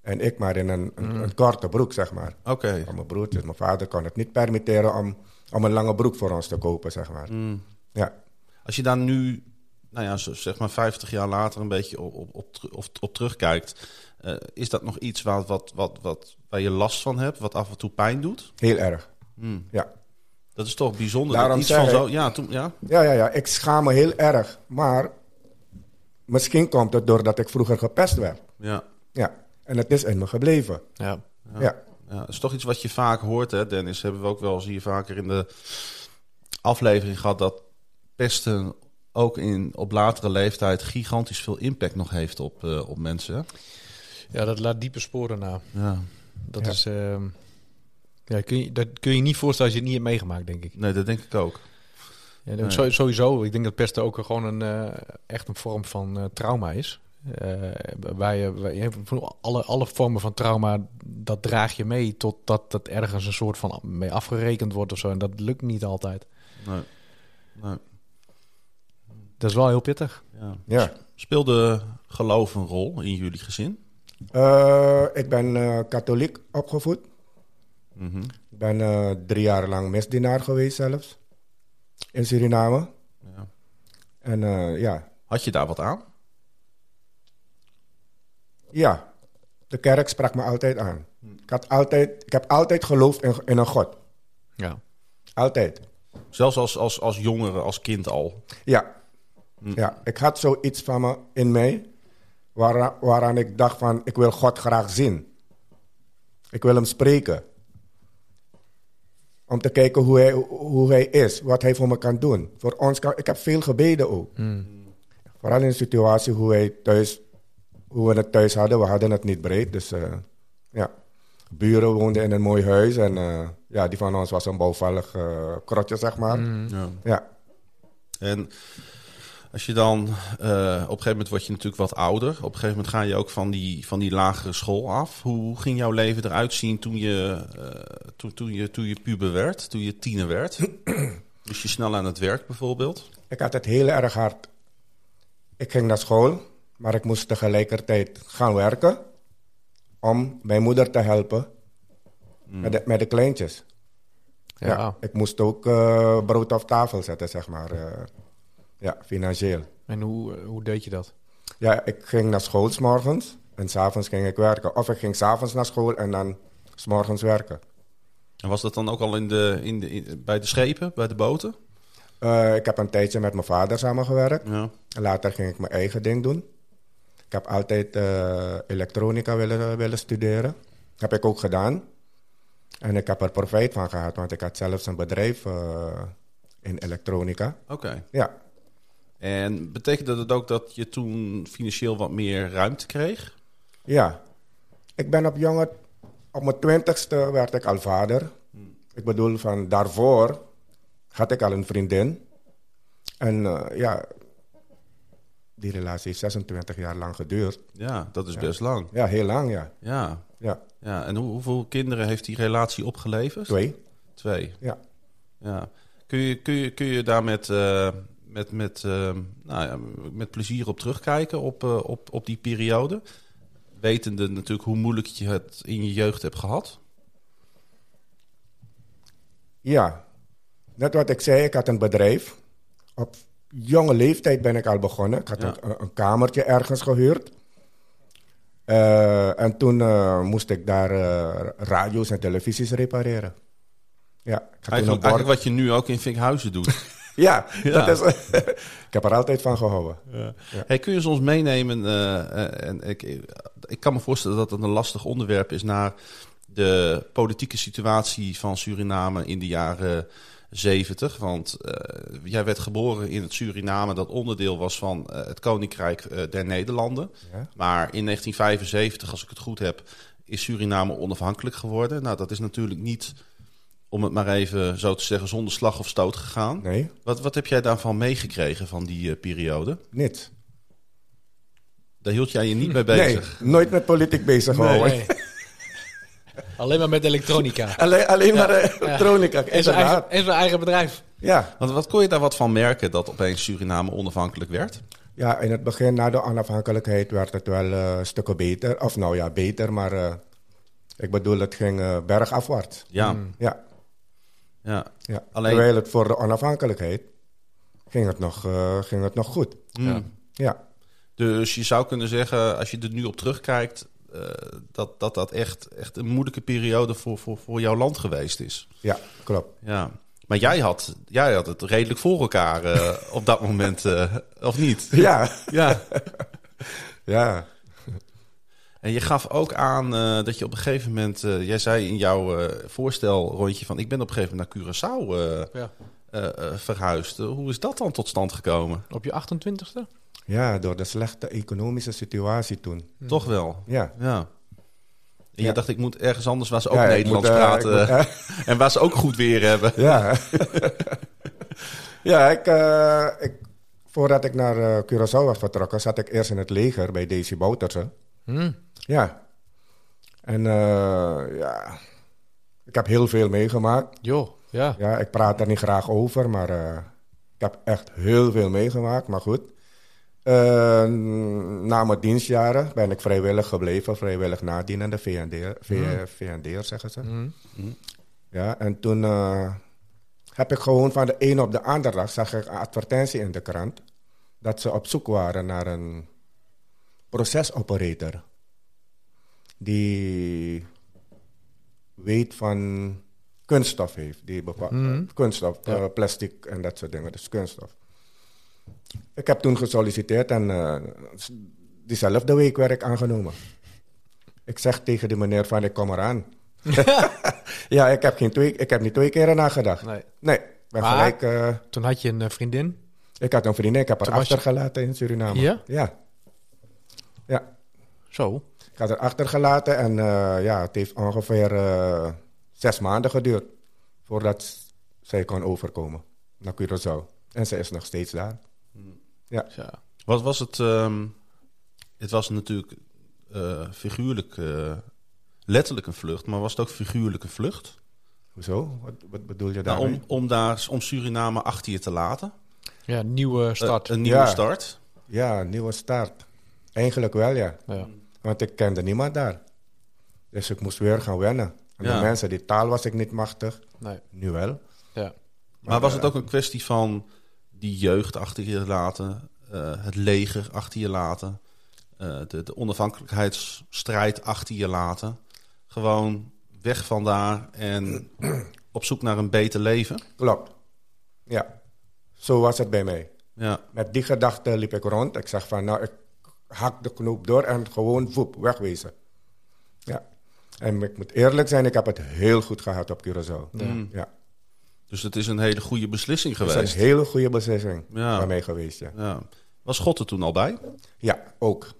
Speaker 4: En ik maar in een, een, een korte broek, zeg maar.
Speaker 1: Eh, Oké,
Speaker 4: Van mijn broertjes, mijn vader kon het niet permitteren om, om een lange broek voor ons te kopen, zeg maar. Ja.
Speaker 1: als je daar nu, nou ja, zo- zeg maar 50 jaar later een beetje op, op, op, teru- op, op terugkijkt... eh, is dat nog iets waar, wat, wat, wat, waar je last van hebt, wat af en toe pijn doet?
Speaker 4: Heel erg.
Speaker 1: Hmm.
Speaker 4: Ja.
Speaker 1: Dat is toch bijzonder.
Speaker 4: Daarom
Speaker 1: dat iets
Speaker 4: zeg
Speaker 1: van
Speaker 4: ik-
Speaker 1: zo, ja, toen, ja,
Speaker 4: Ja, ja, ja. Ik schaam me heel erg. Maar misschien komt het doordat ik vroeger gepest werd.
Speaker 1: ja.
Speaker 4: Ja. En het is in me gebleven.
Speaker 2: Ja.
Speaker 4: Ja.
Speaker 1: Ja, dat is toch iets wat je vaak hoort, hè, Dennis. Hebben we ook wel eens hier vaker in de aflevering gehad dat pesten ook in, op latere leeftijd gigantisch veel impact nog heeft op, eh, op mensen. hè?
Speaker 2: Ja, dat laat diepe sporen na.
Speaker 1: Ja.
Speaker 2: Dat
Speaker 4: Ja.
Speaker 2: is... ehm, ja, kun je, dat kun je niet voorstellen als je het niet hebt meegemaakt, denk ik.
Speaker 1: Nee, dat denk ik ook.
Speaker 2: Ja,
Speaker 1: Nee.
Speaker 2: zo- Sowieso, ik denk dat pesten ook gewoon een, eh, echt een vorm van eh, trauma is. Eh, wij, eh, wij, alle, alle vormen van trauma, dat draag je mee totdat dat ergens een soort van mee afgerekend wordt of zo. En dat lukt niet altijd.
Speaker 1: Nee. Nee.
Speaker 2: Dat is wel heel pittig.
Speaker 1: Ja.
Speaker 4: ja.
Speaker 1: Speelde geloof een rol in jullie gezin?
Speaker 4: Eh, ik ben eh, katholiek opgevoed.
Speaker 1: Mhm.
Speaker 4: Ik ben eh, drie jaar lang misdienaar geweest zelfs. In Suriname.
Speaker 1: Ja.
Speaker 4: En eh, ja.
Speaker 1: Had je daar wat aan?
Speaker 4: ja, de kerk sprak me altijd aan. Ik, had altijd, ik heb altijd geloofd in, in een God.
Speaker 2: Ja.
Speaker 4: Altijd.
Speaker 1: Zelfs als, als, als jongere, als kind al.
Speaker 4: Ja. ja. Ik had zoiets van me in mij. Waara, waaraan ik dacht van, ik wil God graag zien. Ik wil hem spreken. Om te kijken hoe hij, hoe hij is, wat hij voor me kan doen. Voor ons kan, ik heb veel gebeden ook. Vooral in de situatie hoe, hij thuis, hoe we het thuis hadden. We hadden het niet breed. Dus eh, ja, buren woonden in een mooi huis. En eh, ja, die van ons was een bouwvallig eh, krotje, zeg maar.
Speaker 1: Ja.
Speaker 4: Ja,
Speaker 1: En als je dan, eh, op een gegeven moment word je natuurlijk wat ouder. Op een gegeven moment ga je ook van die, van die lagere school af. Hoe ging jouw leven eruit zien toen je, eh, toen, toen je, toen je puber werd, toen je tiener <clears throat> werd? Moest je snel aan het werk bijvoorbeeld?
Speaker 4: ik had het heel erg hard. Ik ging naar school, maar ik moest tegelijkertijd gaan werken. Om mijn moeder te helpen met, de, met de kleintjes.
Speaker 2: Ja.
Speaker 4: Ja. ik moest ook eh, brood op tafel zetten, zeg maar. eh, ja, financieel.
Speaker 2: En hoe, eh, hoe deed je dat?
Speaker 4: Ja, ik ging naar school s'morgens en s'avonds ging ik werken. Of ik ging s'avonds naar school en dan s'morgens werken.
Speaker 1: En was dat dan ook al in de, in de, in- bij de schepen, bij de boten?
Speaker 4: Eh, ik heb een tijdje met mijn vader samengewerkt.
Speaker 1: Ja.
Speaker 4: Later ging ik mijn eigen ding doen. Ik heb altijd eh, elektronica willen, eh, willen studeren. Heb ik ook gedaan. En ik heb er profijt van gehad, want ik had zelfs een bedrijf eh, in elektronica.
Speaker 1: Oké.
Speaker 4: Ja,
Speaker 1: En betekende dat ook dat je toen financieel wat meer ruimte kreeg?
Speaker 4: Ja. Ik ben op jonge... Op mijn twintigste werd ik al vader. Ik bedoel, van daarvoor had ik al een vriendin. En eh, ja, die relatie heeft 26 jaar lang geduurd.
Speaker 1: Ja, dat is best lang.
Speaker 4: Ja, heel lang, ja.
Speaker 1: Ja.
Speaker 4: ja.
Speaker 1: ja. En hoe, hoeveel kinderen heeft die relatie opgeleverd?
Speaker 4: Twee,
Speaker 1: Twee.
Speaker 4: ja.
Speaker 1: Ja. Kun je, kun je, kun je daar met, eh, met, met, eh, nou ja, met plezier op terugkijken op, eh, op, op die periode? Wetende natuurlijk hoe moeilijk je het in je jeugd hebt gehad.
Speaker 4: Ja, net wat ik zei, ik had een bedrijf. Op jonge leeftijd ben ik al begonnen. Ik had
Speaker 1: Ja.
Speaker 4: een, een kamertje ergens gehuurd. Eh, en toen eh, moest ik daar eh, radio's en televisies repareren. Ja, ik had toen een
Speaker 1: Eigenlijk,
Speaker 4: bord-
Speaker 1: eigenlijk wat je nu ook in Vinkhuizen doet.
Speaker 4: ja,
Speaker 1: Ja.
Speaker 4: Dat is, <laughs> ik heb er altijd van gehouden.
Speaker 1: Hey, kun je ze ons meenemen? eh, eh, en ik, ik kan me voorstellen dat het een lastig onderwerp is naar de politieke situatie van Suriname in de jaren 70. Want eh, jij werd geboren in het Suriname dat onderdeel was van eh, het Koninkrijk eh, der Nederlanden.
Speaker 4: Ja.
Speaker 1: Maar in 1975, als ik het goed heb, is Suriname onafhankelijk geworden. Nou, dat is natuurlijk niet, om het maar even zo te zeggen, zonder slag of stoot gegaan.
Speaker 4: Nee,
Speaker 1: Wat, wat heb jij daarvan meegekregen van die eh, periode?
Speaker 4: niets.
Speaker 1: Daar hield jij je niet mee bezig.
Speaker 4: Nee, nooit met politiek bezig
Speaker 1: Oh,
Speaker 4: gehouden.
Speaker 2: <laughs> Alleen maar met elektronica.
Speaker 4: Alleen, alleen maar eh, elektronica,
Speaker 2: En zijn,
Speaker 4: inderdaad.
Speaker 2: eigen, en zijn eigen bedrijf.
Speaker 4: Ja.
Speaker 1: Want wat kon je daar wat van merken dat opeens Suriname onafhankelijk werd?
Speaker 4: Ja, in het begin na de onafhankelijkheid werd het wel eh, stukken beter. Of nou ja, beter, maar eh, ik bedoel, het ging eh, bergafwaarts.
Speaker 1: Ja,
Speaker 4: Ja,
Speaker 1: ja.
Speaker 4: ja.
Speaker 1: Alleen-
Speaker 4: Terwijl het voor de onafhankelijkheid ging het nog, eh, ging het nog goed.
Speaker 1: Ja.
Speaker 4: Ja,
Speaker 1: Hmm. Dus je zou kunnen zeggen, als je er nu op terugkijkt, eh, dat dat, dat echt, echt een moeilijke periode voor, voor, voor jouw land geweest is.
Speaker 4: ja klopt.
Speaker 1: Ja. Maar jij had, jij had het redelijk voor elkaar eh, <laughs> op dat moment, eh, of niet?
Speaker 4: Ja,
Speaker 1: <laughs> Ja.
Speaker 4: ja.
Speaker 1: En je gaf ook aan eh, dat je op een gegeven moment, eh, jij zei in jouw eh, voorstel rondje van, ik ben op een gegeven moment naar Curaçao eh,
Speaker 2: Ja.
Speaker 1: eh, eh, verhuisd. Eh, hoe is dat dan tot stand gekomen?
Speaker 2: Op je 28ste?
Speaker 4: ja, door de slechte economische situatie toen.
Speaker 1: Toch wel?
Speaker 4: Ja.
Speaker 1: Ja. En jij
Speaker 4: Ja.
Speaker 1: dacht, ik moet ergens anders waar ze ook
Speaker 4: Ja, ik
Speaker 1: Nederlands
Speaker 4: moet, eh,
Speaker 1: praten.
Speaker 4: ik moet,
Speaker 1: <laughs>
Speaker 4: eh,
Speaker 1: En waar ze ook goed weer hebben.
Speaker 4: ja. ja, ik, eh, ik, voordat ik naar eh, Curaçao was vertrokken, zat ik eerst in het leger bij Daisy Boutersen.
Speaker 2: Hm,
Speaker 4: Ja. En eh, ja, ik heb heel veel meegemaakt.
Speaker 2: Joh, ja.
Speaker 4: Ja, ik praat er niet graag over, maar eh, ik heb echt heel veel meegemaakt. Maar goed, Eh, na mijn dienstjaren ben ik vrijwillig gebleven, vrijwillig nadienende VND, v, VND'er zeggen ze. Ja, en toen eh, heb ik gewoon van de een op de andere dag zag ik een advertentie in de krant dat ze op zoek waren naar een procesoperator die weet van kunststof heeft, die bepaalt
Speaker 2: Mhm.
Speaker 4: kunststof, eh, plastic en dat soort dingen, dus kunststof. Ik heb toen gesolliciteerd en eh, s- diezelfde
Speaker 2: <laughs>
Speaker 4: week werd ik aangenomen. Ik zeg tegen de meneer van ik kom eraan. <laughs> Ja, ik heb, geen twee, ik heb niet twee keer erna gedacht.
Speaker 2: Nee.
Speaker 4: Nee, ik ben
Speaker 2: Maar-
Speaker 4: gelijk... eh,
Speaker 2: Toen had je een eh, vriendin.
Speaker 4: ik had een vriendin, ik heb haar
Speaker 2: Toen was je-
Speaker 4: achtergelaten in Suriname.
Speaker 2: Ja?
Speaker 4: Ja. Ja.
Speaker 2: Zo.
Speaker 4: Ik had het achtergelaten en eh, ja, het heeft ongeveer eh, zes maanden geduurd voordat s- zij kon overkomen naar Curaçao. En ze is nog steeds daar.
Speaker 2: Zo.
Speaker 1: Wat was het? ehm, het was natuurlijk eh, figuurlijk, eh, letterlijk een vlucht, maar was het ook figuurlijk een vlucht?
Speaker 4: Hoezo? Wat, wat bedoel je
Speaker 1: Nou,
Speaker 4: daarmee?
Speaker 1: om, om, daar, om Suriname achter je te laten.
Speaker 2: Ja, nieuwe start.
Speaker 1: Eh, een nieuwe
Speaker 4: Ja.
Speaker 1: start.
Speaker 4: Ja, een nieuwe start. Eigenlijk wel, ja.
Speaker 2: ja.
Speaker 4: Want ik kende niemand daar. Dus ik moest weer gaan wennen. En
Speaker 1: Ja.
Speaker 4: de mensen, die taal was ik niet machtig.
Speaker 2: Nee.
Speaker 4: Nu wel.
Speaker 2: Ja.
Speaker 1: Maar
Speaker 4: Eh,
Speaker 1: was het ook een kwestie van die jeugd achter je laten, eh, het leger achter je laten, eh, de, de onafhankelijkheidsstrijd achter je laten? Gewoon weg van daar en <clears throat> op zoek naar een beter leven?
Speaker 4: Klopt. Ja. Zo was het bij mij.
Speaker 1: Ja,
Speaker 4: Met die gedachte liep ik rond. Ik zeg van, nou, ik hak de knoop door en gewoon voep, wegwezen. Ja. En ik moet eerlijk zijn, ik heb het heel goed gehad op Curaçao.
Speaker 1: Mm.
Speaker 4: Ja.
Speaker 1: dus het is een hele goede beslissing
Speaker 4: Het is
Speaker 1: geweest.
Speaker 4: een hele goede beslissing
Speaker 1: Ja.
Speaker 4: voor mij geweest, ja.
Speaker 1: Ja. Was God er toen al bij?
Speaker 4: Ja, ook.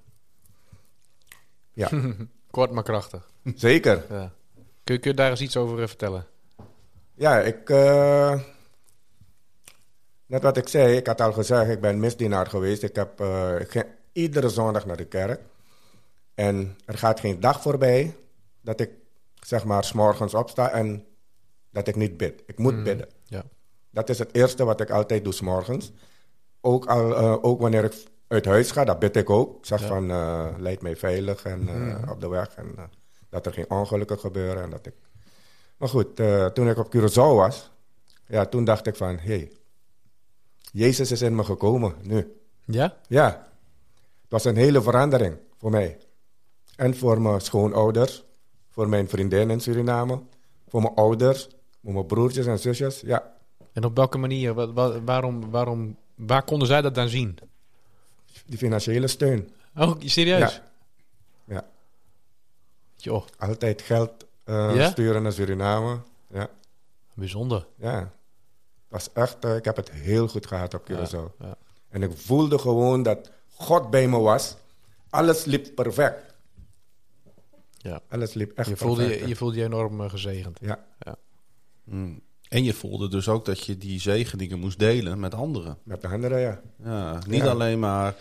Speaker 4: Ja,
Speaker 1: <laughs>
Speaker 2: Kort maar krachtig.
Speaker 4: zeker.
Speaker 2: Ja. Kun, je- kun je daar eens iets over eh, vertellen?
Speaker 4: Ja, ik... eh, net wat ik zei, ik had al gezegd, ik ben misdienaar geweest. Ik, heb, eh, ik ging iedere zondag naar de kerk. En er gaat geen dag voorbij dat ik, zeg maar, 's morgens opsta en dat ik niet bid. Ik moet bidden.
Speaker 2: Ja.
Speaker 4: Dat is het eerste wat ik altijd doe, 's morgens. Ook, al, eh, ook wanneer ik uit huis ga, dat bid ik ook. Ik zeg van, eh, leid mij veilig en, eh, op de weg. En eh, dat er geen ongelukken gebeuren. En dat ik... Maar goed, eh, toen ik op Curaçao was, ja, toen dacht ik van, hé, hey, Jezus is in me gekomen nu.
Speaker 2: Ja?
Speaker 4: Ja, het was een hele verandering voor mij. En voor mijn schoonouders, voor mijn vriendin in Suriname, voor mijn ouders, voor mijn broertjes en zusjes. Ja,
Speaker 2: En op welke manier? Wa- wa- waarom, waarom, waar konden zij dat dan zien?
Speaker 4: die financiële steun.
Speaker 2: Oh, serieus?
Speaker 4: Ja. Ja.
Speaker 2: Joh,
Speaker 4: Altijd geld eh,
Speaker 2: Ja?
Speaker 4: sturen naar Suriname. Ja,
Speaker 2: bijzonder.
Speaker 4: ja. Het was echt, eh, ik heb het heel goed gehad op Curaçao.
Speaker 2: ja.
Speaker 4: En ik voelde gewoon dat God bij me was. Alles liep perfect.
Speaker 2: Ja.
Speaker 4: Alles liep echt
Speaker 2: Je voelde
Speaker 4: perfect.
Speaker 2: je, je voelde je enorm eh, gezegend.
Speaker 4: Ja,
Speaker 1: Mm. En je voelde dus ook dat je die zegeningen moest delen met anderen.
Speaker 4: met de anderen, ja.
Speaker 1: Ja, niet
Speaker 4: Ja.
Speaker 1: alleen maar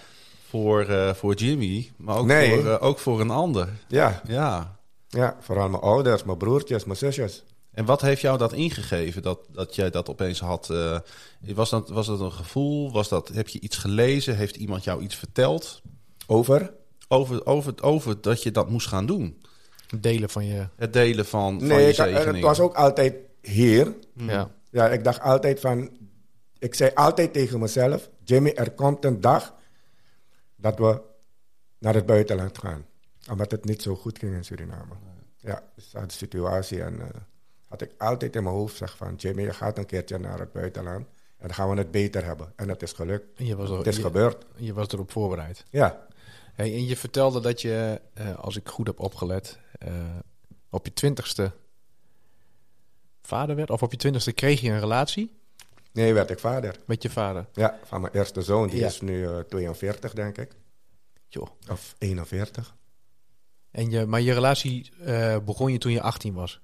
Speaker 1: voor, eh, voor Jimmy, maar ook,
Speaker 4: Nee.
Speaker 1: voor, eh, ook voor een ander.
Speaker 4: Ja,
Speaker 1: Ja.
Speaker 4: ja. vooral mijn ouders, mijn broertjes, mijn zusjes.
Speaker 1: En wat heeft jou dat ingegeven, dat, dat jij dat opeens had? eh, was, dat, was dat een gevoel? Was dat, heb je iets gelezen? Heeft iemand jou iets verteld
Speaker 4: Over?
Speaker 1: over, over, over dat je dat moest gaan doen?
Speaker 2: Delen van je...
Speaker 1: Het delen van, van
Speaker 4: Nee,
Speaker 1: je
Speaker 4: ik- en het
Speaker 1: zegeningen.
Speaker 4: was ook altijd hier.
Speaker 2: Ja.
Speaker 4: Ja, ik dacht altijd van... Ik zei altijd tegen mezelf... Jimmy, er komt een dag dat we naar het buitenland gaan. Omdat het niet zo goed ging in Suriname. Ja, dus dat is de situatie. En eh, had ik altijd in mijn hoofd zeg van... Jimmy, je gaat een keertje naar het buitenland. En dan gaan we het beter hebben. En het is gelukt.
Speaker 2: En Je was, er,
Speaker 4: Het is
Speaker 2: je,
Speaker 4: gebeurd.
Speaker 2: je was erop voorbereid.
Speaker 4: Ja,
Speaker 2: Hey, en je vertelde dat je, eh, als ik goed heb opgelet, eh, op je twintigste vader werd. Of op je twintigste kreeg je een relatie
Speaker 4: nee, werd ik vader.
Speaker 2: met je vader.
Speaker 4: Ja, van mijn eerste zoon. Die
Speaker 2: Ja.
Speaker 4: is nu eh, 42, denk ik.
Speaker 2: Joh.
Speaker 4: Of 41.
Speaker 2: En je, maar je relatie eh, begon je toen je 18 was,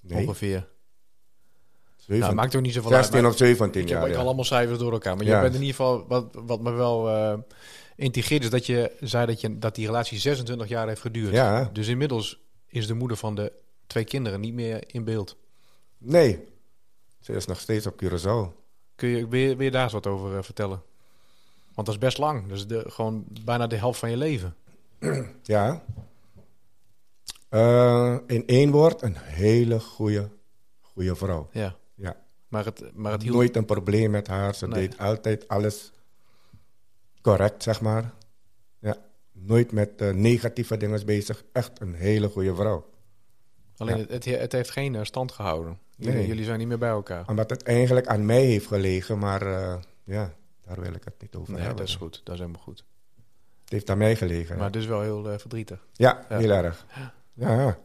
Speaker 4: Nee,
Speaker 2: ongeveer. Nou,
Speaker 4: 17.
Speaker 2: maakt ook niet zoveel uit.
Speaker 4: 16
Speaker 2: maar
Speaker 4: of 17
Speaker 2: ik heb
Speaker 4: jaar.
Speaker 2: ik
Speaker 4: ja.
Speaker 2: al allemaal cijfers door elkaar. Maar je
Speaker 4: Ja.
Speaker 2: bent in ieder geval, wat, wat me wel eh intrigeert, is dat je zei dat, je, dat die relatie 26 jaar heeft geduurd.
Speaker 4: Ja.
Speaker 2: Dus inmiddels is de moeder van de twee kinderen niet meer in beeld.
Speaker 4: Nee, ze is nog steeds op Curaçao.
Speaker 2: Kun je, wil, je, wil je daar eens wat over eh, vertellen? Want dat is best lang. Dat is de, gewoon bijna de helft van je leven.
Speaker 4: Ja. Eh, in één woord, een hele goede, goede vrouw.
Speaker 2: Ja.
Speaker 4: Ja.
Speaker 2: Maar het, maar het hield...
Speaker 4: Nooit een probleem met haar. Ze
Speaker 2: Nee.
Speaker 4: deed altijd alles correct, zeg maar. Ja. Nooit met eh, negatieve dingen bezig. Echt een hele goede vrouw.
Speaker 2: Alleen
Speaker 4: Ja.
Speaker 2: het, het, het heeft geen eh, stand gehouden. Jullie,
Speaker 4: Nee. Ah,
Speaker 2: jullie zijn niet meer bij elkaar.
Speaker 4: Omdat het eigenlijk aan mij heeft gelegen, maar eh, ja, daar wil ik het niet over
Speaker 2: Nee,
Speaker 4: hebben.
Speaker 2: dat is goed. Dat is helemaal goed.
Speaker 4: Het heeft aan mij gelegen.
Speaker 2: Maar het is wel heel eh, verdrietig.
Speaker 4: ja,
Speaker 2: Ja.
Speaker 4: heel erg. Ja,
Speaker 2: Ja.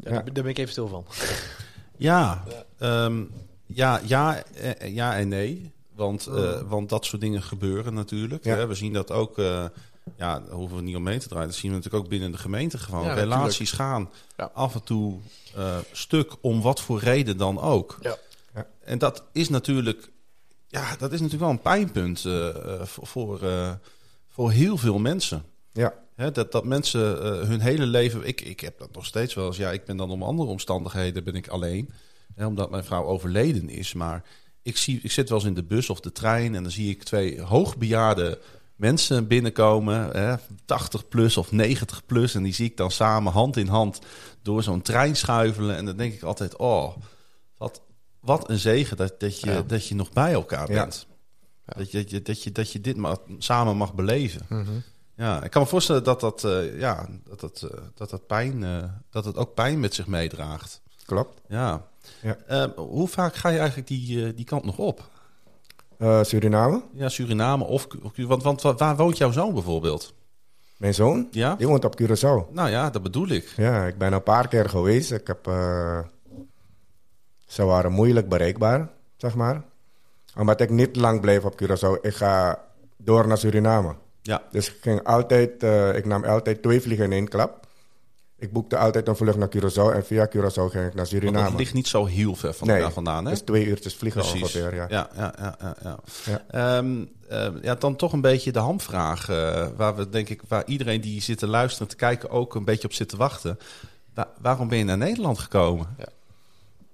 Speaker 2: Ja, Daar daar ben ik even stil van.
Speaker 1: Ja, ehm, ja, ja, eh, ja en nee. Want, eh,
Speaker 2: Oh.
Speaker 1: want dat soort dingen gebeuren natuurlijk.
Speaker 4: Ja.
Speaker 1: Hè? We zien dat ook, eh, ja, daar hoeven we niet omheen te draaien. Dat zien we natuurlijk ook binnen de gemeente gewoon.
Speaker 2: Ja, natuurlijk.
Speaker 1: Relaties gaan
Speaker 2: Ja.
Speaker 1: af en toe eh, stuk, om wat voor reden dan ook.
Speaker 2: Ja.
Speaker 4: Ja.
Speaker 1: En dat is natuurlijk, ja, dat is natuurlijk wel een pijnpunt eh, eh, voor, voor, eh, voor heel veel mensen.
Speaker 4: Ja,
Speaker 1: Hè, dat, dat mensen eh, hun hele leven. Ik, ik heb dat nog steeds wel eens. Ja, ik ben dan om andere omstandigheden ben ik alleen. Hè, omdat mijn vrouw overleden is. Maar ik, zie, ik zit wel eens in de bus of de trein. En dan zie ik twee hoogbejaarde mensen binnenkomen. Hè, 80 plus of 90 plus. En die zie ik dan samen hand in hand door zo'n trein schuivelen. En dan denk ik altijd: oh, wat, wat een zegen dat, dat, je,
Speaker 2: Ja.
Speaker 1: dat je nog bij elkaar
Speaker 4: Ja.
Speaker 1: bent. Dat, je, dat, je, dat, je, dat je dit ma- samen mag beleven. Ja, ik kan me voorstellen dat dat, eh, ja, dat, dat, eh, dat, dat, pijn, eh, dat het ook pijn met zich meedraagt.
Speaker 4: klopt.
Speaker 1: Ja.
Speaker 4: Ja.
Speaker 1: Eh, hoe vaak ga je eigenlijk die, eh, die kant nog op?
Speaker 4: Eh, Suriname,
Speaker 1: Ja, Suriname of... Cu- of Cu- Want, want wa- waar woont jouw zoon bijvoorbeeld?
Speaker 4: mijn zoon,
Speaker 1: Ja?
Speaker 4: die woont op Curaçao.
Speaker 1: Nou ja, dat bedoel ik.
Speaker 4: Ja, ik ben een paar keer geweest. Ik heb, eh, ze waren moeilijk bereikbaar, zeg maar. Omdat ik niet lang bleef op Curaçao, ik ga door naar Suriname.
Speaker 1: Ja,
Speaker 4: Dus ik, ging altijd, eh, ik nam altijd twee vliegen in één klap. Ik boekte altijd een vlucht naar Curaçao en via Curaçao ging ik naar
Speaker 1: want
Speaker 4: Suriname.
Speaker 1: dat ligt niet zo heel ver van
Speaker 4: Nee,
Speaker 1: elkaar vandaan, hè?
Speaker 4: Dus twee uurtjes vliegen
Speaker 1: Precies.
Speaker 4: ongeveer, ja.
Speaker 1: Ja, ja, ja, ja, ja.
Speaker 4: Ja.
Speaker 1: Ehm, ehm, ja, dan toch een beetje de hamvraag. eh, waar we denk ik, waar iedereen die zit te luisteren, te kijken, ook een beetje op zit te wachten. Wa- waarom ben je naar Nederland gekomen?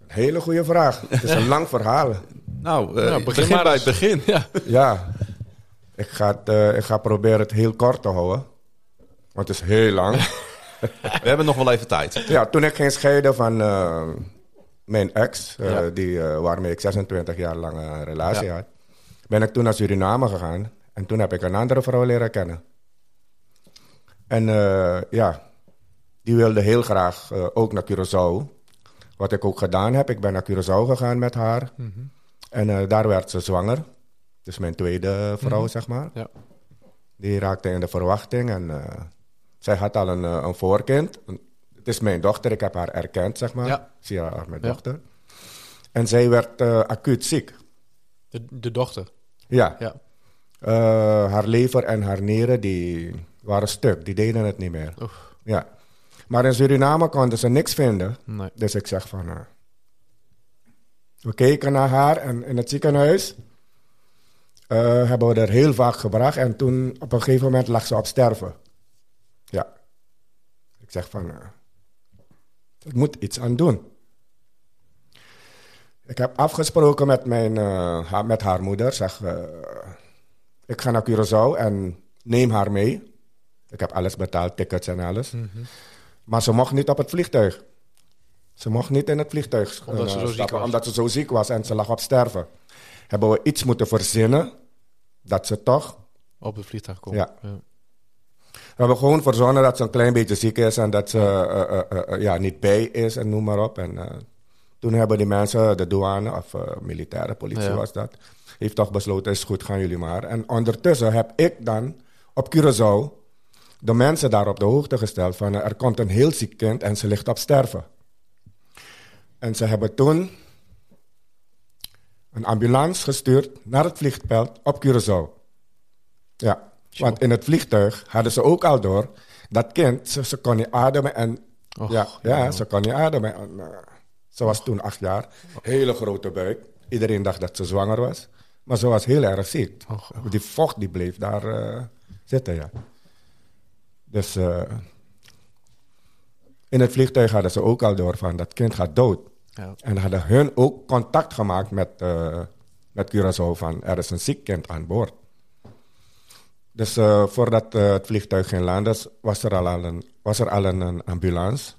Speaker 4: Hele goede vraag. Het
Speaker 1: <laughs>
Speaker 4: is een lang verhaal.
Speaker 1: Nou, eh,
Speaker 2: Nou,
Speaker 1: begin
Speaker 2: begin maar
Speaker 1: bij het
Speaker 2: eens.
Speaker 1: begin. Ja.
Speaker 4: Ja, ik ga, het, eh, ik ga proberen het heel kort te houden. Want het is heel lang.
Speaker 1: We hebben nog wel even tijd.
Speaker 4: Ja, toen ik ging scheiden van eh, mijn ex, eh,
Speaker 1: Ja.
Speaker 4: die, eh, waarmee ik 26 jaar lang een relatie had, ben ik toen naar Suriname gegaan. En toen heb ik een andere vrouw leren kennen. En eh, ja, die wilde heel graag eh, ook naar Curaçao. Wat ik ook gedaan heb, ik ben naar Curaçao gegaan met haar. En eh, daar werd ze zwanger. Dus mijn tweede vrouw, zeg maar.
Speaker 2: Ja.
Speaker 4: Die raakte in de verwachting en eh, zij had al een, eh, een voorkind. Een- Het is mijn dochter, ik heb haar erkend, zeg maar.
Speaker 2: Ja.
Speaker 4: Ik zie haar, mijn
Speaker 2: Ja.
Speaker 4: dochter. En zij werd eh, acuut ziek.
Speaker 2: De, de dochter.
Speaker 4: Ja.
Speaker 2: Ja.
Speaker 4: Eh, haar lever en haar nieren die waren stuk, die deden het niet meer.
Speaker 2: Oef.
Speaker 4: Ja. Maar in Suriname konden ze niks vinden.
Speaker 2: Nee.
Speaker 4: Dus ik zeg van... eh, we keken naar haar en in het ziekenhuis eh, hebben we er heel vaak gebracht. En toen op een gegeven moment lag ze op sterven. Ja. Ik zeg van... eh ik moet iets aan doen. Ik heb afgesproken met, mijn, eh, haar, met haar moeder. Zeg, eh, ik ga naar Curaçao en neem haar mee. Ik heb alles betaald, tickets en alles. Maar ze mocht niet op het vliegtuig. Ze mocht niet in het vliegtuig
Speaker 2: Omdat ze
Speaker 4: eh,
Speaker 2: zo ziek
Speaker 4: stappen,
Speaker 2: was.
Speaker 4: omdat ze zo ziek was en ze lag op sterven. Hebben we iets moeten verzinnen dat ze toch...
Speaker 2: Op het vliegtuig komt.
Speaker 4: Ja. We hebben gewoon verzonnen dat ze een klein beetje ziek is en dat ze eh, eh, eh, eh, ja, niet bij is en noem maar op. En eh, toen hebben die mensen, de douane of eh, militaire politie
Speaker 2: Ja.
Speaker 4: was dat, heeft toch besloten, is goed, gaan jullie maar. En ondertussen heb ik dan op Curaçao de mensen daar op de hoogte gesteld van eh, er komt een heel ziek kind en ze ligt op sterven. En ze hebben toen een ambulance gestuurd naar het vliegveld op Curaçao. Ja, want in het vliegtuig hadden ze ook al door dat kind, ze, ze kon niet ademen en
Speaker 2: Och,
Speaker 4: ja, ja, ze kon niet ademen. En, eh, ze was toen acht jaar, hele grote buik. Iedereen dacht dat ze zwanger was, maar ze was heel erg ziek.
Speaker 2: Och, och.
Speaker 4: Die vocht die bleef daar eh, zitten, ja. Dus eh, in het vliegtuig hadden ze ook al door van dat kind gaat dood.
Speaker 2: Ja.
Speaker 4: En hadden hun ook contact gemaakt met, eh, met Curaçao van er is een ziek kind aan boord. Dus eh, voordat eh, het vliegtuig ging landen was er al al een, was er al een, een ambulance.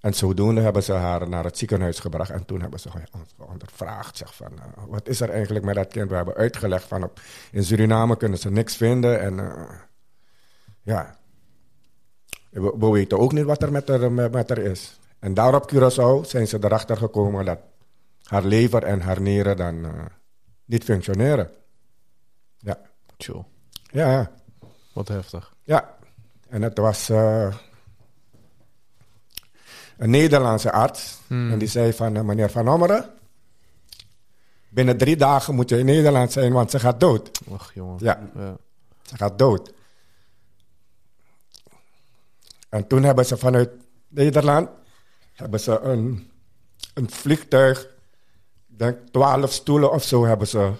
Speaker 4: En zodoende hebben ze haar naar het ziekenhuis gebracht. En toen hebben ze ons ondervraagd. Zeg van, eh, wat is er eigenlijk met dat kind? We hebben uitgelegd van op, in Suriname kunnen ze niks vinden. En eh, ja, we, we weten ook niet wat er met haar, met, met haar is. En daar op Curaçao zijn ze erachter gekomen dat haar lever en haar nieren dan eh, niet functioneren. Ja,
Speaker 2: Chill.
Speaker 4: ja, ja.
Speaker 2: Wat heftig.
Speaker 4: ja. En het was... eh, een Nederlandse arts. En die zei van, eh, meneer Van Ommeren, binnen drie dagen moet je in Nederland zijn, want ze gaat dood.
Speaker 2: Och, jongen.
Speaker 4: Ja.
Speaker 2: Ja.
Speaker 4: Ze gaat dood. En toen hebben ze vanuit Nederland hebben ze een, een vliegtuig, ik denk twaalf stoelen of zo hebben ze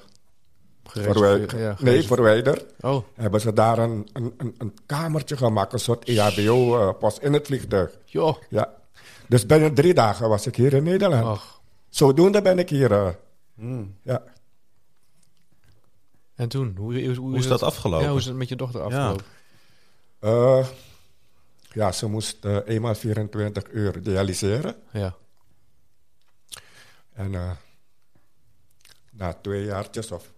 Speaker 2: Gereserveerd,
Speaker 4: verwij-
Speaker 2: ja,
Speaker 4: nee,
Speaker 2: gereserveerd.
Speaker 4: verwijderd.
Speaker 2: Oh,
Speaker 4: Hebben ze daar een, een, een, een kamertje gemaakt, een soort E EHBO-pas eh, in het vliegtuig.
Speaker 2: joh.
Speaker 4: Ja. Dus binnen drie dagen was ik hier in Nederland.
Speaker 2: Och.
Speaker 4: Zodoende ben ik hier. eh,
Speaker 2: Hmm.
Speaker 4: ja.
Speaker 2: En toen? Hoe, hoe,
Speaker 1: Hoe is
Speaker 2: het-
Speaker 1: dat afgelopen?
Speaker 2: Ja, hoe is het met je dochter afgelopen?
Speaker 4: Eh, ja, ze moest eh, eenmaal 24 uur dialyseren.
Speaker 2: Ja.
Speaker 4: En eh, na twee jaartjes of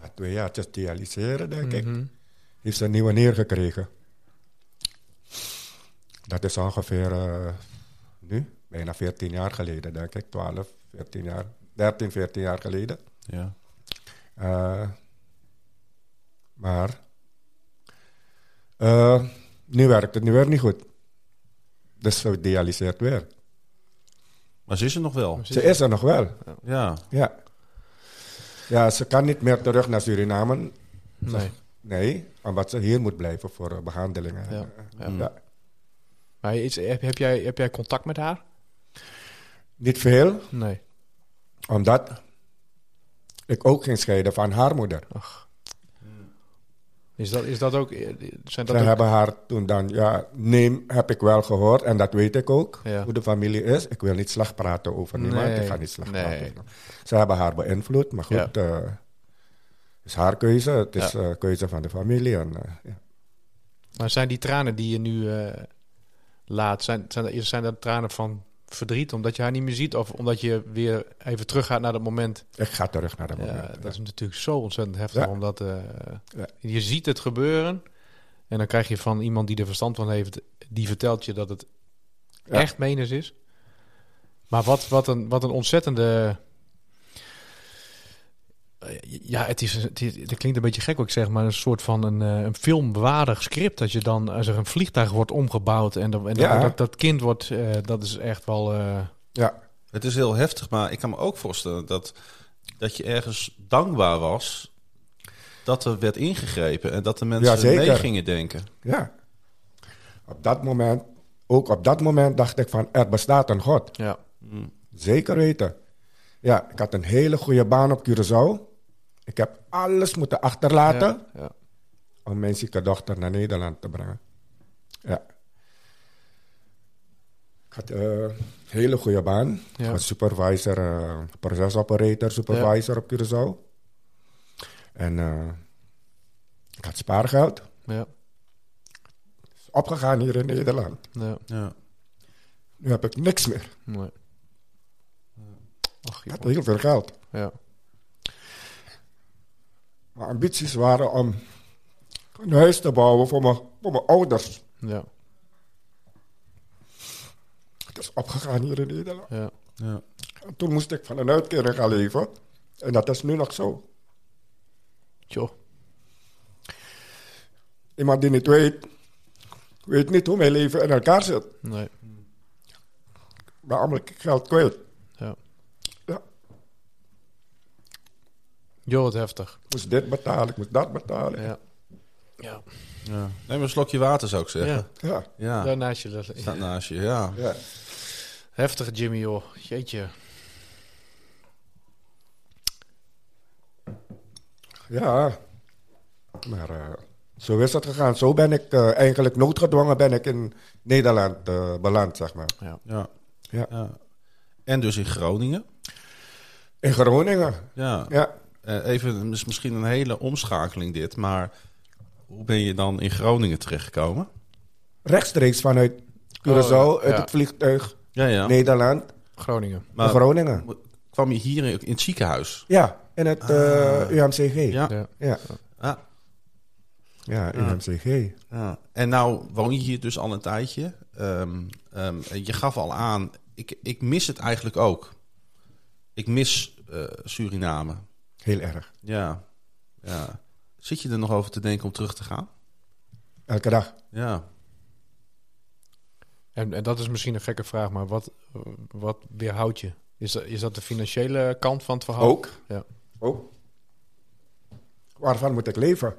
Speaker 4: na twee jaartjes dialyseren, denk ik, heeft ze een nieuwe neergekregen. Dat is ongeveer eh, nu, bijna 14 jaar geleden, denk ik. 12, 14 jaar, 13, 14 jaar geleden.
Speaker 1: Ja.
Speaker 4: Eh, maar eh, nu werkt het nu weer niet goed. Dus ze dialyseert weer.
Speaker 1: Maar ze is er nog wel.
Speaker 4: Ze is er nog wel.
Speaker 1: Ja.
Speaker 4: Ja. Ja, ze kan niet meer terug naar Suriname.
Speaker 2: Nee.
Speaker 4: Nee, omdat ze hier moet blijven voor eh, behandelingen.
Speaker 2: Ja,
Speaker 4: Ja.
Speaker 1: Mm.
Speaker 2: Maar is, heb, heb, jij, heb jij contact met haar?
Speaker 4: Niet veel,
Speaker 2: Nee.
Speaker 4: omdat ik ook ging scheiden van haar moeder.
Speaker 2: Ach. Is dat, is dat ook... Zijn dat
Speaker 4: Ze
Speaker 2: ook-
Speaker 4: hebben haar toen dan, ja, neem heb ik wel gehoord en dat weet ik ook,
Speaker 2: Ja.
Speaker 4: hoe de familie is. Ik wil niet slag praten over niemand,
Speaker 2: Nee.
Speaker 4: ik ga niet slag
Speaker 2: Nee.
Speaker 4: praten. Ze hebben haar beïnvloed, maar goed,
Speaker 2: Ja.
Speaker 4: eh, het is haar keuze, het is
Speaker 2: Ja.
Speaker 4: eh keuze van de familie. En, eh, ja.
Speaker 2: Maar zijn die tranen die je nu eh, laat, zijn, zijn, dat, zijn dat tranen van verdriet omdat je haar niet meer ziet? Of omdat je weer even teruggaat naar dat moment?
Speaker 4: Ik ga terug naar de
Speaker 2: Ja,
Speaker 4: moment.
Speaker 2: dat is natuurlijk zo ontzettend heftig,
Speaker 4: Ja.
Speaker 2: omdat eh,
Speaker 4: Ja.
Speaker 2: je ziet het gebeuren. En dan krijg je van iemand die er verstand van heeft, die vertelt je dat het
Speaker 4: Ja.
Speaker 2: echt menens is. Maar wat, wat, een, wat een ontzettende... Eh, Ja, het, is, het, is- het klinkt een beetje gek wat ik zeg, maar een soort van een, eh, een filmwaardig script. Dat je dan, als er een vliegtuig wordt omgebouwd en, dan- en
Speaker 4: Ja.
Speaker 2: dat, dat kind wordt, eh, dat is echt wel... eh,
Speaker 4: ja.
Speaker 1: Het is heel heftig, maar ik kan me ook voorstellen dat, dat je ergens dankbaar was dat er werd ingegrepen en dat de mensen
Speaker 4: Jazeker.
Speaker 1: mee gingen denken.
Speaker 4: Ja. Op dat moment, ook op dat moment dacht ik van er bestaat een God.
Speaker 2: ja.
Speaker 4: Zeker weten. Ja, ik had een hele goede baan op Curaçao. Ik heb alles moeten achterlaten
Speaker 2: ja, ja.
Speaker 4: om mijn zieke dochter naar Nederland te brengen. Ja. Ik had eh, een hele goede baan.
Speaker 2: Ja.
Speaker 4: Ik was supervisor, eh, procesoperator, supervisor op Curaçao. En eh, ik had spaargeld.
Speaker 2: ja,
Speaker 4: Is Opgegaan hier in Nederland.
Speaker 2: ja.
Speaker 1: Ja.
Speaker 4: Nu heb ik niks meer.
Speaker 2: Nee. Ach,
Speaker 4: Ik had
Speaker 2: joh.
Speaker 4: heel veel geld.
Speaker 2: Ja.
Speaker 4: Mijn ambities waren om een huis te bouwen voor mijn, voor mijn ouders.
Speaker 2: Ja,
Speaker 4: Het is opgegaan hier in Nederland.
Speaker 2: ja.
Speaker 1: Ja.
Speaker 4: En toen moest ik van een uitkering gaan leven. En dat is nu nog zo.
Speaker 2: Joh.
Speaker 4: Iemand die niet weet, weet niet hoe mijn leven in elkaar zit.
Speaker 2: Nee.
Speaker 4: Ik ben allemaal geld kwijt.
Speaker 2: Ja.
Speaker 4: Ja,
Speaker 2: Joh, wat heftig.
Speaker 4: ik moest dit betalen, ik moest dat betalen. Ja.
Speaker 2: Ja. Ja.
Speaker 1: Ja. Neem een slokje water, zou ik
Speaker 2: ja.
Speaker 1: zeggen.
Speaker 4: Ja. Ah.
Speaker 1: Ja.
Speaker 2: Daar naast je. Dat...
Speaker 1: Staat naast je, ja.
Speaker 2: Heftig, Jimmy, joh. Jeetje.
Speaker 4: Ja. Maar eh, zo is het gegaan. Zo ben ik eh, eigenlijk noodgedwongen ben ik in Nederland eh, beland, zeg maar.
Speaker 1: Ja.
Speaker 4: Ja.
Speaker 1: Ja. En dus in Groningen.
Speaker 4: In Groningen.
Speaker 1: Ja.
Speaker 4: Ja.
Speaker 1: Eh, even, is misschien een hele omschakeling dit, maar hoe ben je dan in Groningen terechtgekomen?
Speaker 4: rechtstreeks vanuit Curaçao,
Speaker 2: Oh, ja.
Speaker 4: uit
Speaker 2: Ja.
Speaker 4: het vliegtuig
Speaker 1: Ja, ja.
Speaker 4: Nederland
Speaker 2: Groningen.
Speaker 1: Maar-
Speaker 4: naar Groningen.
Speaker 1: Kwam je hier in, in het ziekenhuis?
Speaker 4: Ja, in het eh, UMCG. Ja,
Speaker 1: Ja.
Speaker 2: Ja.
Speaker 4: ja.
Speaker 1: Ah,
Speaker 4: UMCG.
Speaker 1: Ja. En nou woon je hier dus al een tijdje. Ehm, ehm, en je gaf al aan, ik, ik mis het eigenlijk ook. Ik mis eh, Suriname.
Speaker 4: Heel erg.
Speaker 1: Ja. ja. Zit je er nog over te denken om terug te gaan?
Speaker 4: Elke dag.
Speaker 1: Ja.
Speaker 2: En, en dat is misschien een gekke vraag, maar wat, wat weerhoudt je? Is dat, is dat de financiële kant van het verhaal?
Speaker 4: Ook.
Speaker 2: Ja.
Speaker 4: Ook. Waarvan moet ik leven?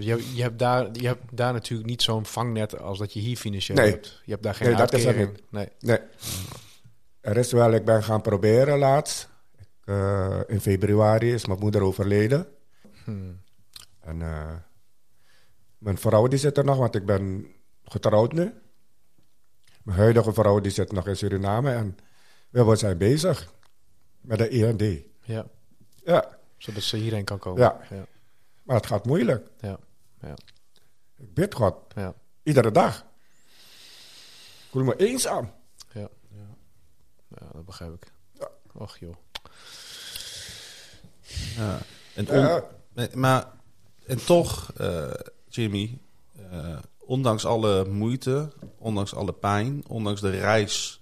Speaker 2: Je hebt, je, hebt, je hebt daar, je hebt daar natuurlijk niet zo'n vangnet als dat je hier financieel
Speaker 4: Nee.
Speaker 2: hebt. Je hebt daar geen
Speaker 4: Nee, dat is
Speaker 2: uitkering.
Speaker 4: dat
Speaker 2: Nee.
Speaker 4: Nee. Er is wel, ik ben gaan proberen laatst. Ik, eh, in februari is mijn moeder overleden.
Speaker 2: Hmm.
Speaker 4: En eh, mijn vrouw die zit er nog, want ik ben getrouwd nu. Mijn huidige vrouw die zit nog in Suriname en ja, we zijn bezig met de E IND.
Speaker 2: Ja,
Speaker 4: Ja,
Speaker 2: zodat ze hierheen kan komen.
Speaker 4: Ja.
Speaker 2: Ja.
Speaker 4: maar het gaat moeilijk.
Speaker 2: Ja. Ja.
Speaker 4: Ik bid God,
Speaker 2: Ja.
Speaker 4: iedere dag. Ik voel me eenzaam.
Speaker 2: Ja, dat begrijp ik. Och joh.
Speaker 1: Ja. En on-
Speaker 4: Ja,
Speaker 1: Nee, maar en toch, eh, Jimmy, eh, ondanks alle moeite, ondanks alle pijn, ondanks de reis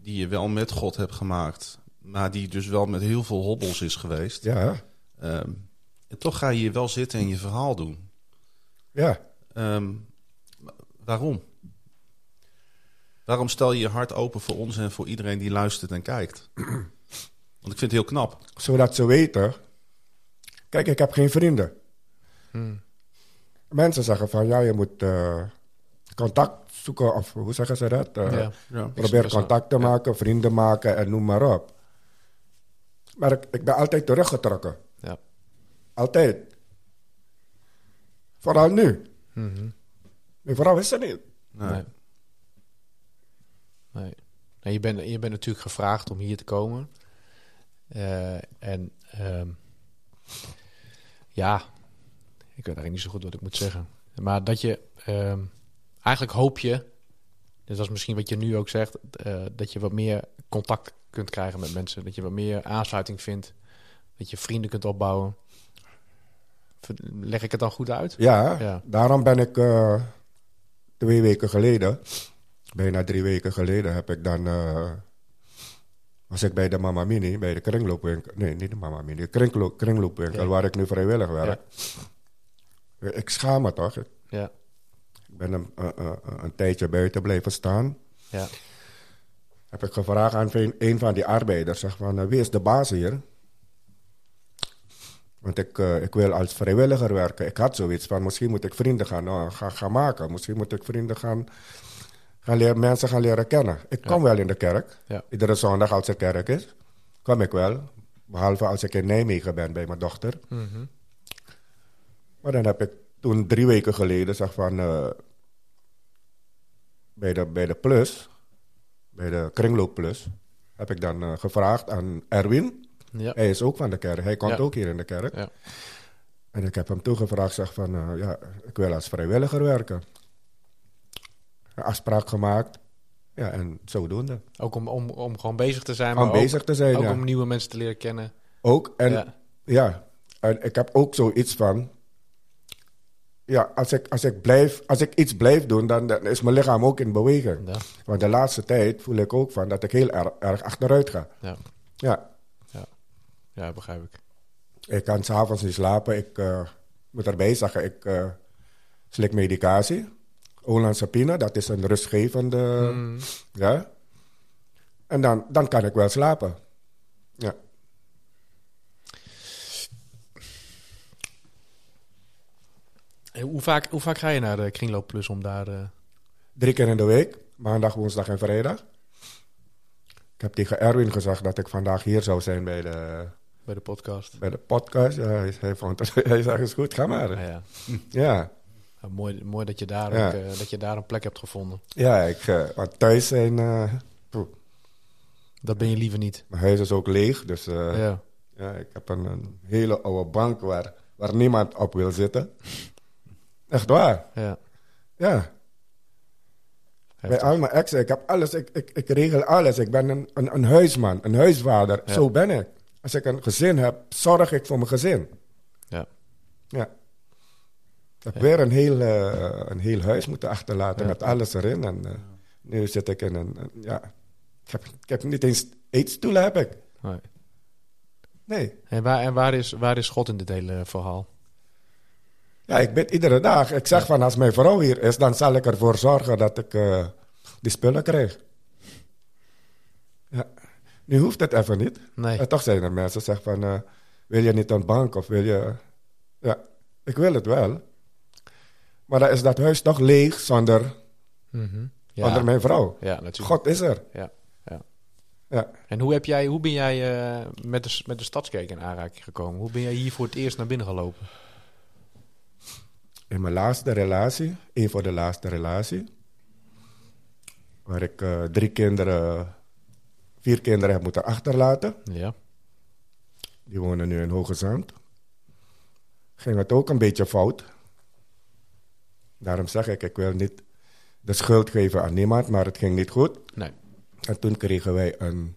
Speaker 1: die je wel met God hebt gemaakt, maar die dus wel met heel veel hobbels is geweest,
Speaker 4: ja,
Speaker 1: ehm, en toch ga je hier wel zitten en je verhaal doen.
Speaker 4: ja.
Speaker 1: Ehm, wa- waarom? Waarom stel je je hart open voor ons en voor iedereen die luistert en kijkt? Want ik vind het heel knap.
Speaker 4: zodat ze weten. Kijk, ik heb geen vrienden. Mensen zeggen van ja, je moet eh, contact zoeken, of hoe zeggen ze dat? Eh,
Speaker 2: ja.
Speaker 1: Ja.
Speaker 4: Probeer
Speaker 2: best wel.
Speaker 4: contact te maken, vrienden maken en noem maar op. Maar ik, ik ben altijd teruggetrokken.
Speaker 2: Ja.
Speaker 4: Altijd. Vooral nu.
Speaker 2: Mhm.
Speaker 4: Mijn vrouw is er niet.
Speaker 1: Nou,
Speaker 2: Nee. Nee. Nou, je, bent, je bent natuurlijk gevraagd om hier te komen. Eh, en ehm, ja, ik weet eigenlijk niet zo goed wat ik moet zeggen. Maar dat je ehm, eigenlijk hoop je, dus dat is misschien wat je nu ook zegt, eh, dat je wat meer contact kunt krijgen met mensen. Dat je wat meer aansluiting vindt. Dat je vrienden kunt opbouwen. Ver- Leg ik het dan goed uit?
Speaker 4: Ja,
Speaker 2: Ja.
Speaker 4: daarom ben ik eh, twee weken geleden, bijna drie weken geleden, heb ik dan. eh, was ik bij de Mama Mini, bij de kringloopwinkel. Nee, niet de Mama Mini, de kringlo- kringloopwinkel,
Speaker 2: Ja.
Speaker 4: waar ik nu vrijwillig werk. Ik schaam me toch? Ik
Speaker 2: Ja,
Speaker 4: ben een, een- een- een tijdje buiten blijven staan.
Speaker 2: ja,
Speaker 4: Heb ik gevraagd aan een, een van die arbeiders, zeg van, eh, wie is de baas hier? Want ik, eh, ik wil als vrijwilliger werken. Ik had zoiets van, misschien moet ik vrienden gaan, eh, gaan, gaan maken. Misschien moet ik vrienden gaan, gaan leren, mensen gaan leren kennen. Ik kom wel in de kerk.
Speaker 2: Ja.
Speaker 4: Iedere zondag als er kerk is, kom ik wel. Behalve als ik in Nijmegen ben bij mijn dochter. Maar dan heb ik toen drie weken geleden, zeg van, eh, bij, de, bij de Plus, bij de Kringloop Plus, heb ik dan eh, gevraagd aan Erwin.
Speaker 2: ja.
Speaker 4: Hij is ook van de kerk, hij komt
Speaker 2: Ja.
Speaker 4: ook hier in de kerk.
Speaker 2: Ja.
Speaker 4: En ik heb hem toegevraagd, zeg van, eh, ja, ik wil als vrijwilliger werken. Een afspraak gemaakt. Ja, en zodoende.
Speaker 2: Ook om, om, om gewoon bezig te zijn, maar
Speaker 4: Om
Speaker 2: ook,
Speaker 4: bezig te zijn,
Speaker 2: ook
Speaker 4: ja.
Speaker 2: om nieuwe mensen te leren kennen.
Speaker 4: Ook, en
Speaker 2: ja.
Speaker 4: Ja, en ik heb ook zoiets van. Ja, als ik, als ik, blijf, als ik iets blijf doen, dan, dan is mijn lichaam ook in beweging.
Speaker 2: Ja.
Speaker 4: Want de laatste tijd voel ik ook van dat ik heel erg, erg achteruit ga.
Speaker 2: Ja.
Speaker 4: Ja,
Speaker 2: ja, begrijp ik.
Speaker 4: ik kan s'avonds niet slapen. Ik eh, moet erbij zeggen, ik eh, slik medicatie. Olanzapine, dat is een rustgevende. Ja. En dan, dan kan ik wel slapen. Ja.
Speaker 2: En hoe, vaak, hoe vaak ga je naar de Kringloop Plus om daar... eh,
Speaker 4: Drie keer in de week, maandag, woensdag en vrijdag. Ik heb tegen Erwin gezegd dat ik vandaag hier zou zijn bij de,
Speaker 2: bij de podcast?
Speaker 4: bij de podcast. Ja, hij, hij, vond het, <laughs> hij zei, is goed, ga
Speaker 2: Ah,
Speaker 4: maar.
Speaker 2: ja.
Speaker 4: Ja,
Speaker 2: Ja, mooi, mooi dat je, daar
Speaker 4: Ja.
Speaker 2: ook, eh, dat je daar een plek hebt gevonden.
Speaker 4: ja ik, eh, want thuis zijn... eh, poeh,
Speaker 2: Dat ben je liever niet.
Speaker 4: mijn huis is ook leeg, dus eh, ja.
Speaker 2: Ja.
Speaker 4: ik heb een, een hele oude bank waar, waar niemand op wil zitten. Echt waar,
Speaker 2: Ja.
Speaker 4: ja. Bij
Speaker 2: Heftig.
Speaker 4: al mijn exen, ik heb alles, ik, ik, ik regel alles. Ik ben een, een, een huisman, een huisvader.
Speaker 2: Ja.
Speaker 4: Zo ben ik. Als ik een gezin heb, zorg ik voor mijn gezin.
Speaker 2: Ja.
Speaker 4: Ja. Ik heb weer een heel, eh, een heel huis moeten achterlaten
Speaker 2: Ja.
Speaker 4: met alles erin. En eh, nu zit ik in een, een- ja, ik heb, ik heb niet eens eetstoelen heb ik.
Speaker 2: Nee.
Speaker 4: Nee.
Speaker 2: eh, En, waar, en waar, is, waar is God in dit hele verhaal?
Speaker 4: Ja, ik bid iedere dag. Ik zeg van als mijn vrouw hier is, dan zal ik ervoor zorgen dat ik eh, die spullen krijg. Ja. Nu hoeft het even niet.
Speaker 2: Nee.
Speaker 4: En toch zijn er mensen die zeggen van, eh, wil je niet een bank of wil je... Ja, ik wil het wel. Maar dan is dat huis toch leeg zonder,
Speaker 2: Mhm.
Speaker 4: zonder
Speaker 2: Ja.
Speaker 4: mijn vrouw.
Speaker 2: ja, natuurlijk.
Speaker 4: God is er.
Speaker 2: Ja, ja.
Speaker 4: Ja.
Speaker 2: En hoe, heb jij, hoe ben jij eh, met, de, s- met de stadskerk in aanraking gekomen? Hoe ben jij hier voor het eerst naar binnen gelopen?
Speaker 4: In mijn laatste relatie, een van de laatste relatie, waar ik eh, drie kinderen, vier kinderen heb moeten achterlaten.
Speaker 2: Ja.
Speaker 4: Die wonen nu in Hoge Zand. Ging het ook een beetje fout. Daarom zeg ik, ik wil niet de schuld geven aan niemand, maar het ging niet goed.
Speaker 2: Nee.
Speaker 4: En toen kregen wij een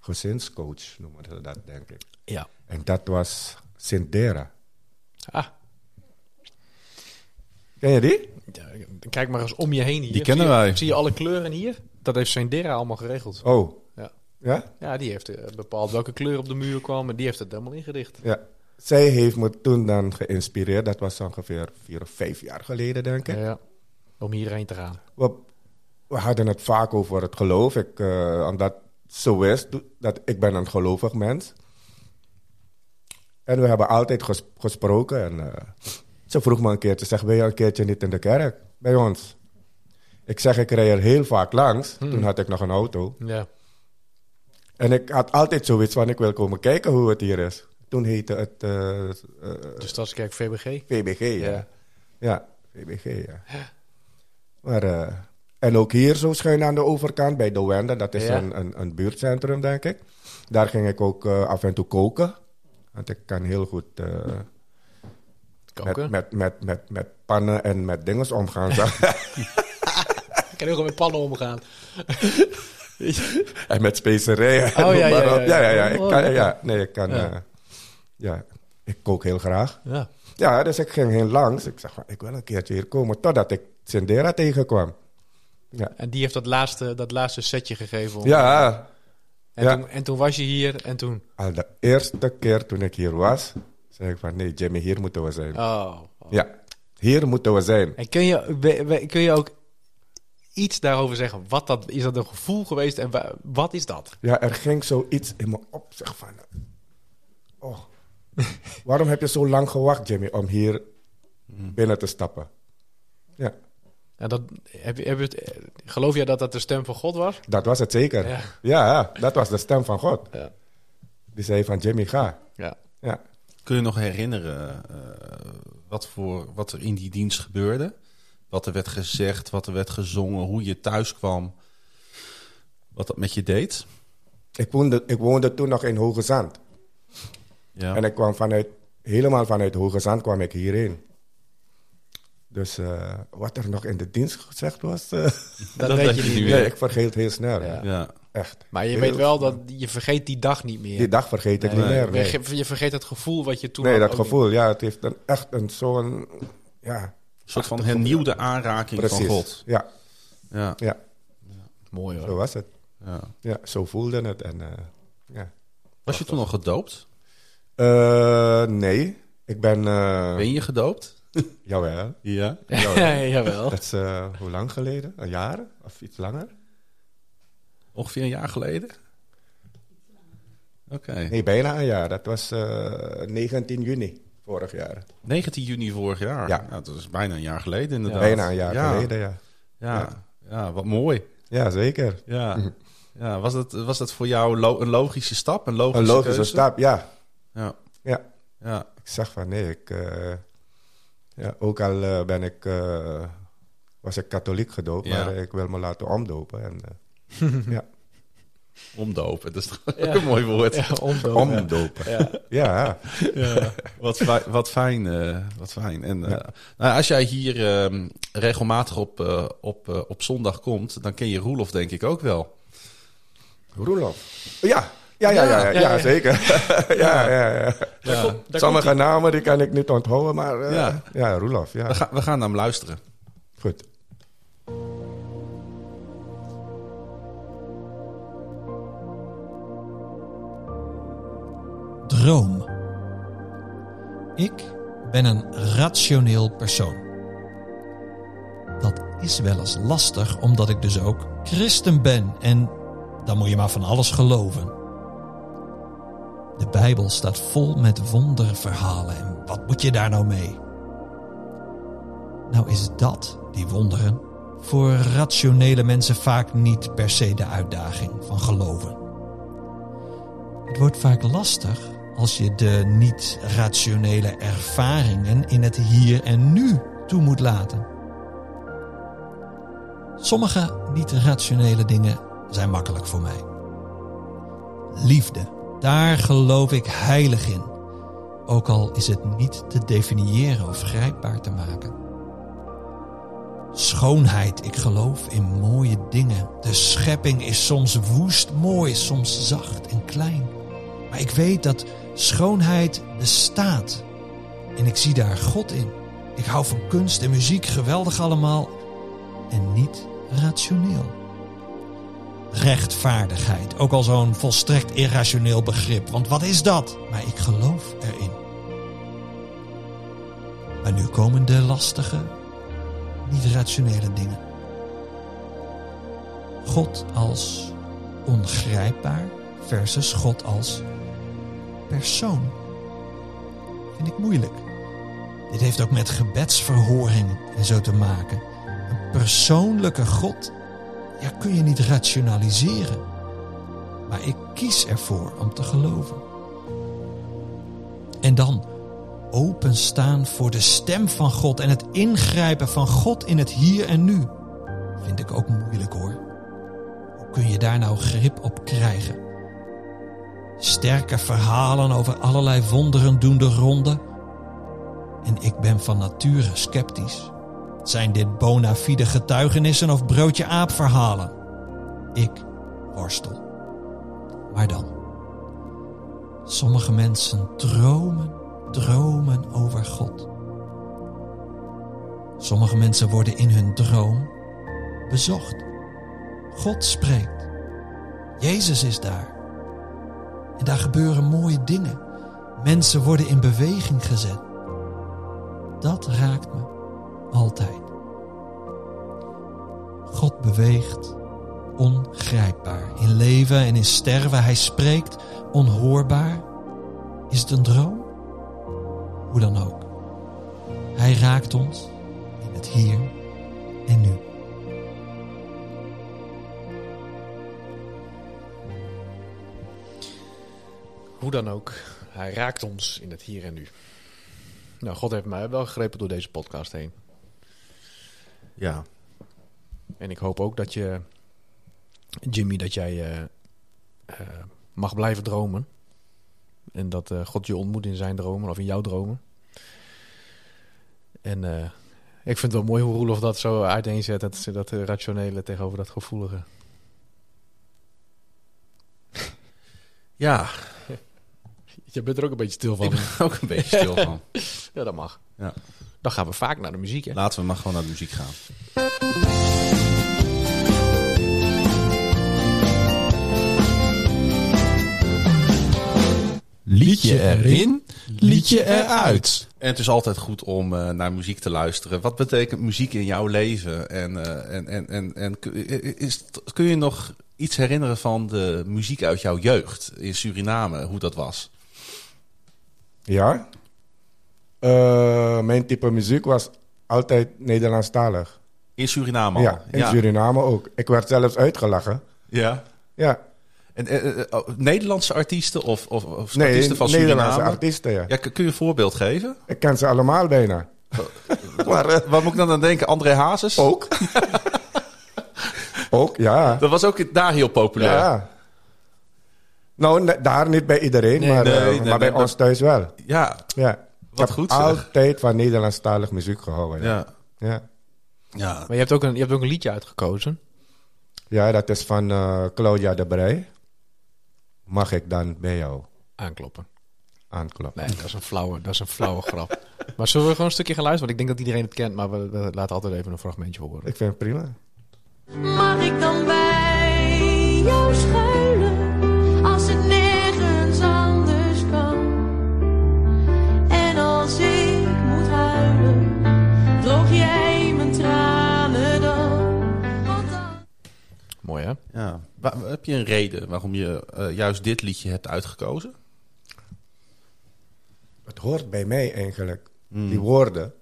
Speaker 4: gezinscoach, noemen ze dat, denk ik.
Speaker 2: Ja.
Speaker 4: En dat was Sintera.
Speaker 2: Ah,
Speaker 4: Ken je die?
Speaker 2: ja, kijk maar eens om je heen hier.
Speaker 1: Die kennen
Speaker 2: Zie je-
Speaker 1: wij.
Speaker 2: Zie je alle kleuren hier? Dat heeft Sendera allemaal geregeld.
Speaker 4: Oh,
Speaker 2: Ja.
Speaker 4: ja?
Speaker 2: Ja, die heeft eh, bepaald welke kleur op de muur kwam en die heeft het helemaal ingericht.
Speaker 4: Ja. Zij heeft me toen dan geïnspireerd. Dat was ongeveer vier of vijf jaar geleden, denk ik.
Speaker 2: Ja. Om hierheen te gaan.
Speaker 4: We, we hadden het vaak over het geloof. Ik, eh, omdat zo is, do- dat ik ben een gelovig mens. En we hebben altijd ges- gesproken. En, eh, ze vroeg me een keertje, zeg, ben je een keertje niet in de kerk bij ons? Ik zeg, ik rij er heel vaak langs. Toen had ik nog een auto.
Speaker 2: Ja.
Speaker 4: En ik had altijd zoiets van, ik wil komen kijken hoe het hier is. Toen heette het eh, eh,
Speaker 2: De Stadskerk VBG.
Speaker 4: VBG, ja.
Speaker 2: Ja.
Speaker 4: Ja, VBG, ja. Maar, eh, en ook hier zo schuin aan de overkant bij De Wende, dat is
Speaker 2: Ja.
Speaker 4: een, een, een buurtcentrum, denk ik. Daar ging ik ook eh, af en toe koken. Want ik kan heel goed eh,
Speaker 2: Koken.
Speaker 4: met, met, met, met, met pannen en met dinges omgaan. zeg.
Speaker 2: Ik kan heel goed met pannen omgaan.
Speaker 4: <laughs> en met specerijen.
Speaker 2: ja,
Speaker 4: noem
Speaker 2: ja,
Speaker 4: maar
Speaker 2: ja,
Speaker 4: op. Oh, ja,
Speaker 2: ja.
Speaker 4: ja, ja. Ik
Speaker 2: Oh,
Speaker 4: kan,
Speaker 2: lekker.
Speaker 4: ja, nee, ik kan,
Speaker 2: Ja.
Speaker 4: eh, ja, ik kook heel graag.
Speaker 2: Ja.
Speaker 4: Ja, dus ik ging heel langs. Ik zeg, van, ik wil een keertje hier komen. Totdat ik Sindera tegenkwam. Ja,
Speaker 2: En die heeft dat laatste, dat laatste setje gegeven. om-
Speaker 4: ja
Speaker 2: En,
Speaker 4: ja.
Speaker 2: Toen, en toen was je hier en toen...
Speaker 4: al de eerste keer toen ik hier was, zei ik van nee, Jimmy, hier moeten we zijn.
Speaker 2: Oh.
Speaker 4: Ja, hier moeten we zijn.
Speaker 2: En kun je, we- we- kun je ook iets daarover zeggen? Wat dat, is dat een gevoel geweest en wa- wat is dat?
Speaker 4: Ja, er ging zoiets in me op, zeg van. Oh, <laughs> waarom heb je zo lang gewacht, Jimmy, om hier
Speaker 2: Hmm.
Speaker 4: binnen te stappen? Ja,
Speaker 2: En dat, heb, je- heb je het, eh, geloof jij dat dat de stem van God was?
Speaker 4: dat was het zeker.
Speaker 2: Ja.
Speaker 4: Ja, dat was de stem van God.
Speaker 2: Ja.
Speaker 4: Die zei van Jimmy, ga.
Speaker 2: Ja.
Speaker 4: Ja.
Speaker 1: Kun je nog herinneren eh, wat, voor, wat er in die dienst gebeurde? Wat er werd gezegd, wat er werd gezongen, hoe je thuis kwam. Wat dat met je deed?
Speaker 4: Ik woonde, ik woonde toen nog in Hoge Zand.
Speaker 1: Ja.
Speaker 4: En ik kwam vanuit, helemaal vanuit Hoge Zand kwam ik hierheen. Dus eh, wat er nog in de dienst gezegd was, eh,
Speaker 2: Dat,
Speaker 1: Dat
Speaker 2: weet
Speaker 1: weet
Speaker 2: je
Speaker 1: je
Speaker 4: <laughs>
Speaker 2: niet
Speaker 1: nu
Speaker 2: meer.
Speaker 4: nee, ik vergeet heel snel.
Speaker 2: Ja.
Speaker 1: ja.
Speaker 4: Echt.
Speaker 2: Maar je
Speaker 4: Heel
Speaker 2: weet wel
Speaker 4: snel.
Speaker 2: dat je vergeet die dag niet meer.
Speaker 4: Die dag vergeet ik
Speaker 2: Nee,
Speaker 4: niet meer.
Speaker 2: je
Speaker 4: Nee,
Speaker 2: verge- Je vergeet het gevoel wat je toen
Speaker 4: Nee,
Speaker 2: had Oh,
Speaker 4: dat
Speaker 2: ook niet.
Speaker 4: gevoel, ja, het heeft een, echt een zo'n, ja,
Speaker 1: Een soort van hernieuwde aanraking
Speaker 4: precies.
Speaker 1: van God.
Speaker 4: Ja,
Speaker 1: Ja.
Speaker 4: ja,
Speaker 2: Mooi <laughs> hoor.
Speaker 4: zo was het.
Speaker 1: Ja.
Speaker 4: Ja, zo voelde het. En, eh, ja.
Speaker 1: Was je toen al gedoopt?
Speaker 4: Eh, nee, ik ben, eh,
Speaker 1: Ben je gedoopt?
Speaker 4: jawel,
Speaker 1: Ja.
Speaker 2: Jawel.
Speaker 4: dat is eh, hoe lang geleden? Een jaar of iets langer?
Speaker 1: Ongeveer een jaar geleden? Oké.
Speaker 4: Nee, bijna een jaar. Dat was eh, 19 juni vorig jaar.
Speaker 1: 19 juni vorig jaar.
Speaker 4: Ja.
Speaker 1: Nou, dat is bijna een jaar geleden inderdaad.
Speaker 4: Bijna een jaar
Speaker 1: Ja.
Speaker 4: geleden, ja.
Speaker 1: Ja. Ja. wat mooi.
Speaker 4: Ja, zeker.
Speaker 1: Ja. Ja, was, dat, was dat voor jou lo- een logische stap? Een logische,
Speaker 4: Een logische
Speaker 1: keuze?
Speaker 4: stap, ja.
Speaker 1: Ja.
Speaker 4: ja.
Speaker 1: Ja.
Speaker 4: Ik zeg van nee, ik, eh, ja, ook al eh, ben ik, eh, was ik katholiek gedoopt,
Speaker 1: Ja.
Speaker 4: maar eh, ik wil me laten omdopen. En, eh, ja.
Speaker 1: Omdopen, dat is toch ook
Speaker 2: Ja.
Speaker 1: een mooi woord.
Speaker 2: Ja, omdopen.
Speaker 4: Omdopen.
Speaker 2: Ja.
Speaker 4: Ja,
Speaker 1: Wat, fi- wat fijn. eh, wat fijn. En, eh,
Speaker 4: Ja.
Speaker 1: nou, ja, als jij hier ehm, regelmatig op, eh, op, eh, op zondag komt, dan ken je Roelof denk ik ook wel.
Speaker 4: Roelof. Ja, ja, ja, ja, ja,
Speaker 2: Ja, ja.
Speaker 4: zeker. <laughs> ja, ja, ja.
Speaker 2: Daar komt- daar
Speaker 4: Sommige namen die kan ik niet onthouden, maar eh,
Speaker 1: Ja.
Speaker 4: ja. Roelof, ja.
Speaker 1: We, gaan we gaan naar hem luisteren.
Speaker 4: Goed.
Speaker 5: Droom. Ik ben een rationeel persoon. Dat is wel eens lastig omdat ik dus ook christen ben en dan moet je maar van alles geloven. De Bijbel staat vol met wonderverhalen en wat moet je daar nou mee? Nou is dat, die wonderen, voor rationele mensen vaak niet per se de uitdaging van geloven. Het wordt vaak lastig als je de niet-rationele ervaringen in het hier en nu toe moet laten. Sommige niet-rationele dingen zijn makkelijk voor mij. Liefde, daar geloof ik heilig in, ook al is het niet te definiëren of grijpbaar te maken. Schoonheid, ik geloof in mooie dingen. De schepping is soms woest mooi, soms zacht en klein. Maar ik weet dat schoonheid bestaat. En ik zie daar God in. Ik hou van kunst en muziek, geweldig allemaal. En niet rationeel. Rechtvaardigheid, ook al zo'n volstrekt irrationeel begrip. Want wat is dat? Maar ik geloof erin. Maar nu komen de lastige, niet-rationele dingen. God als ongrijpbaar versus God als persoon. Vind ik moeilijk. Dit heeft ook met gebedsverhoring en zo te maken. Een persoonlijke God, ja, kun je niet rationaliseren. Maar ik kies ervoor om te geloven. En dan openstaan voor de stem van God en het ingrijpen van God in het hier en nu. Vind ik ook moeilijk hoor. Hoe kun je daar nou grip op krijgen? Sterke verhalen over allerlei wonderen doen de ronde. En ik ben van nature sceptisch. Zijn dit bona fide getuigenissen of broodje aap verhalen? Ik worstel. Maar dan. Sommige mensen dromen, dromen over God. Sommige mensen worden in hun droom bezocht. God spreekt. Jezus is daar. En daar gebeuren mooie dingen. Mensen worden in beweging gezet. Dat raakt me altijd. God beweegt ongrijpbaar in leven en in sterven. Hij spreekt onhoorbaar. Is het een droom? Hoe dan ook. Hij raakt ons in het hier en nu.
Speaker 2: Hoe dan ook, hij raakt ons in het hier en nu. Nou, God heeft mij wel gegrepen door deze podcast heen.
Speaker 1: Ja,
Speaker 2: En ik hoop ook dat je, Jimmy, dat jij eh, eh, mag blijven dromen. En dat eh, God je ontmoet in zijn dromen of in jouw dromen. En eh, ik vind het wel mooi hoe Roelof dat zo uiteenzet. Dat, ze- dat eh, rationele tegenover dat gevoelige.
Speaker 1: ja
Speaker 2: Je bent er ook een beetje stil
Speaker 1: ik
Speaker 2: van.
Speaker 1: ben er ook een beetje stil <laughs> van.
Speaker 2: Ja, dat mag.
Speaker 1: Ja. Nou.
Speaker 2: Dan gaan we vaak naar de muziek, hè?
Speaker 1: Laten we maar gewoon naar de muziek gaan.
Speaker 5: Liedje erin, liedje eruit.
Speaker 1: En het is altijd goed om eh, naar muziek te luisteren. Wat betekent muziek in jouw leven? En, eh, en, en, en, en ku- is, kun je nog iets herinneren van de muziek uit jouw jeugd in Suriname, hoe dat was?
Speaker 4: Ja. Eh, mijn type muziek was altijd Nederlandstalig.
Speaker 1: In Suriname al?
Speaker 4: Ja, in
Speaker 1: ja.
Speaker 4: Suriname ook. Ik werd zelfs uitgelachen.
Speaker 1: Ja.
Speaker 4: Ja,
Speaker 1: En, eh, eh, oh, Nederlandse artiesten of, of, of
Speaker 4: nee,
Speaker 1: artiesten van
Speaker 4: Nederlandse
Speaker 1: Suriname?
Speaker 4: artiesten, ja.
Speaker 1: Ja, kun kun je een voorbeeld geven?
Speaker 4: Ik ken ze allemaal bijna. <laughs> maar eh, Oh.
Speaker 1: Waar moet ik dan aan denken? André Hazes?
Speaker 4: ook. <laughs> ook, ja.
Speaker 1: Dat was ook daar heel populair.
Speaker 4: ja. Nou, ne- daar niet bij iedereen,
Speaker 1: Nee,
Speaker 4: maar, eh,
Speaker 1: nee, nee,
Speaker 4: maar bij
Speaker 1: nee,
Speaker 4: ons thuis wel.
Speaker 1: ja.
Speaker 4: Ja. ik heb
Speaker 1: goed, zeg.
Speaker 4: altijd van Nederlandstalig muziek gehouden. Ja.
Speaker 1: ja.
Speaker 4: Ja.
Speaker 1: ja.
Speaker 2: Maar je hebt, ook een, je hebt ook een liedje uitgekozen.
Speaker 4: Ja, dat is van eh, Claudia de Brij. Mag ik dan bij jou
Speaker 2: Aankloppen.
Speaker 4: aankloppen?
Speaker 2: Nee, dat is een flauwe, dat is een flauwe grap. Maar zullen we gewoon een stukje gaan luisteren? Want ik denk dat iedereen het kent, maar we, we laten altijd even een fragmentje horen.
Speaker 4: Ik vind het prima.
Speaker 6: Mag ik dan bij jou schuilen als het nergens anders kan? En als ik
Speaker 1: Wa- heb je een reden waarom je eh, juist dit liedje hebt uitgekozen?
Speaker 4: Het hoort bij mij eigenlijk.
Speaker 1: Hmm.
Speaker 4: Die woorden.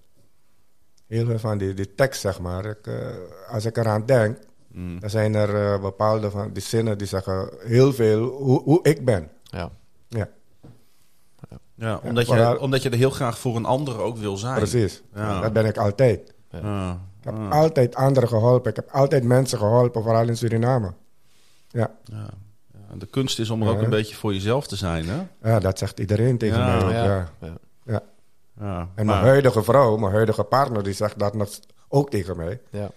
Speaker 4: Heel veel van die, die tekst, zeg maar. Ik, eh, als ik eraan denk,
Speaker 1: Hmm.
Speaker 4: dan zijn er eh, bepaalde van die zinnen die zeggen heel veel hoe, hoe ik ben.
Speaker 2: Ja.
Speaker 4: Ja,
Speaker 1: Ja, omdat,
Speaker 4: vooral-
Speaker 1: je, omdat je er heel graag voor een ander ook wil zijn.
Speaker 4: precies.
Speaker 1: Ah, Ja. Ah.
Speaker 4: Dat ben ik altijd.
Speaker 1: Ja.
Speaker 4: Ik heb altijd anderen geholpen. Ik heb altijd mensen geholpen, vooral in Suriname. Ja,
Speaker 1: Ja, De kunst is om er ook
Speaker 4: Ja.
Speaker 1: een beetje voor jezelf te zijn, hè?
Speaker 4: ja dat zegt iedereen tegen
Speaker 1: Ja,
Speaker 4: mij. ook,
Speaker 2: ja.
Speaker 4: ja.
Speaker 2: Ja.
Speaker 4: Ja.
Speaker 1: Ja,
Speaker 4: En
Speaker 1: maar-
Speaker 4: mijn huidige vrouw, mijn huidige partner, die zegt dat nog s- ook tegen mij.
Speaker 2: Ja.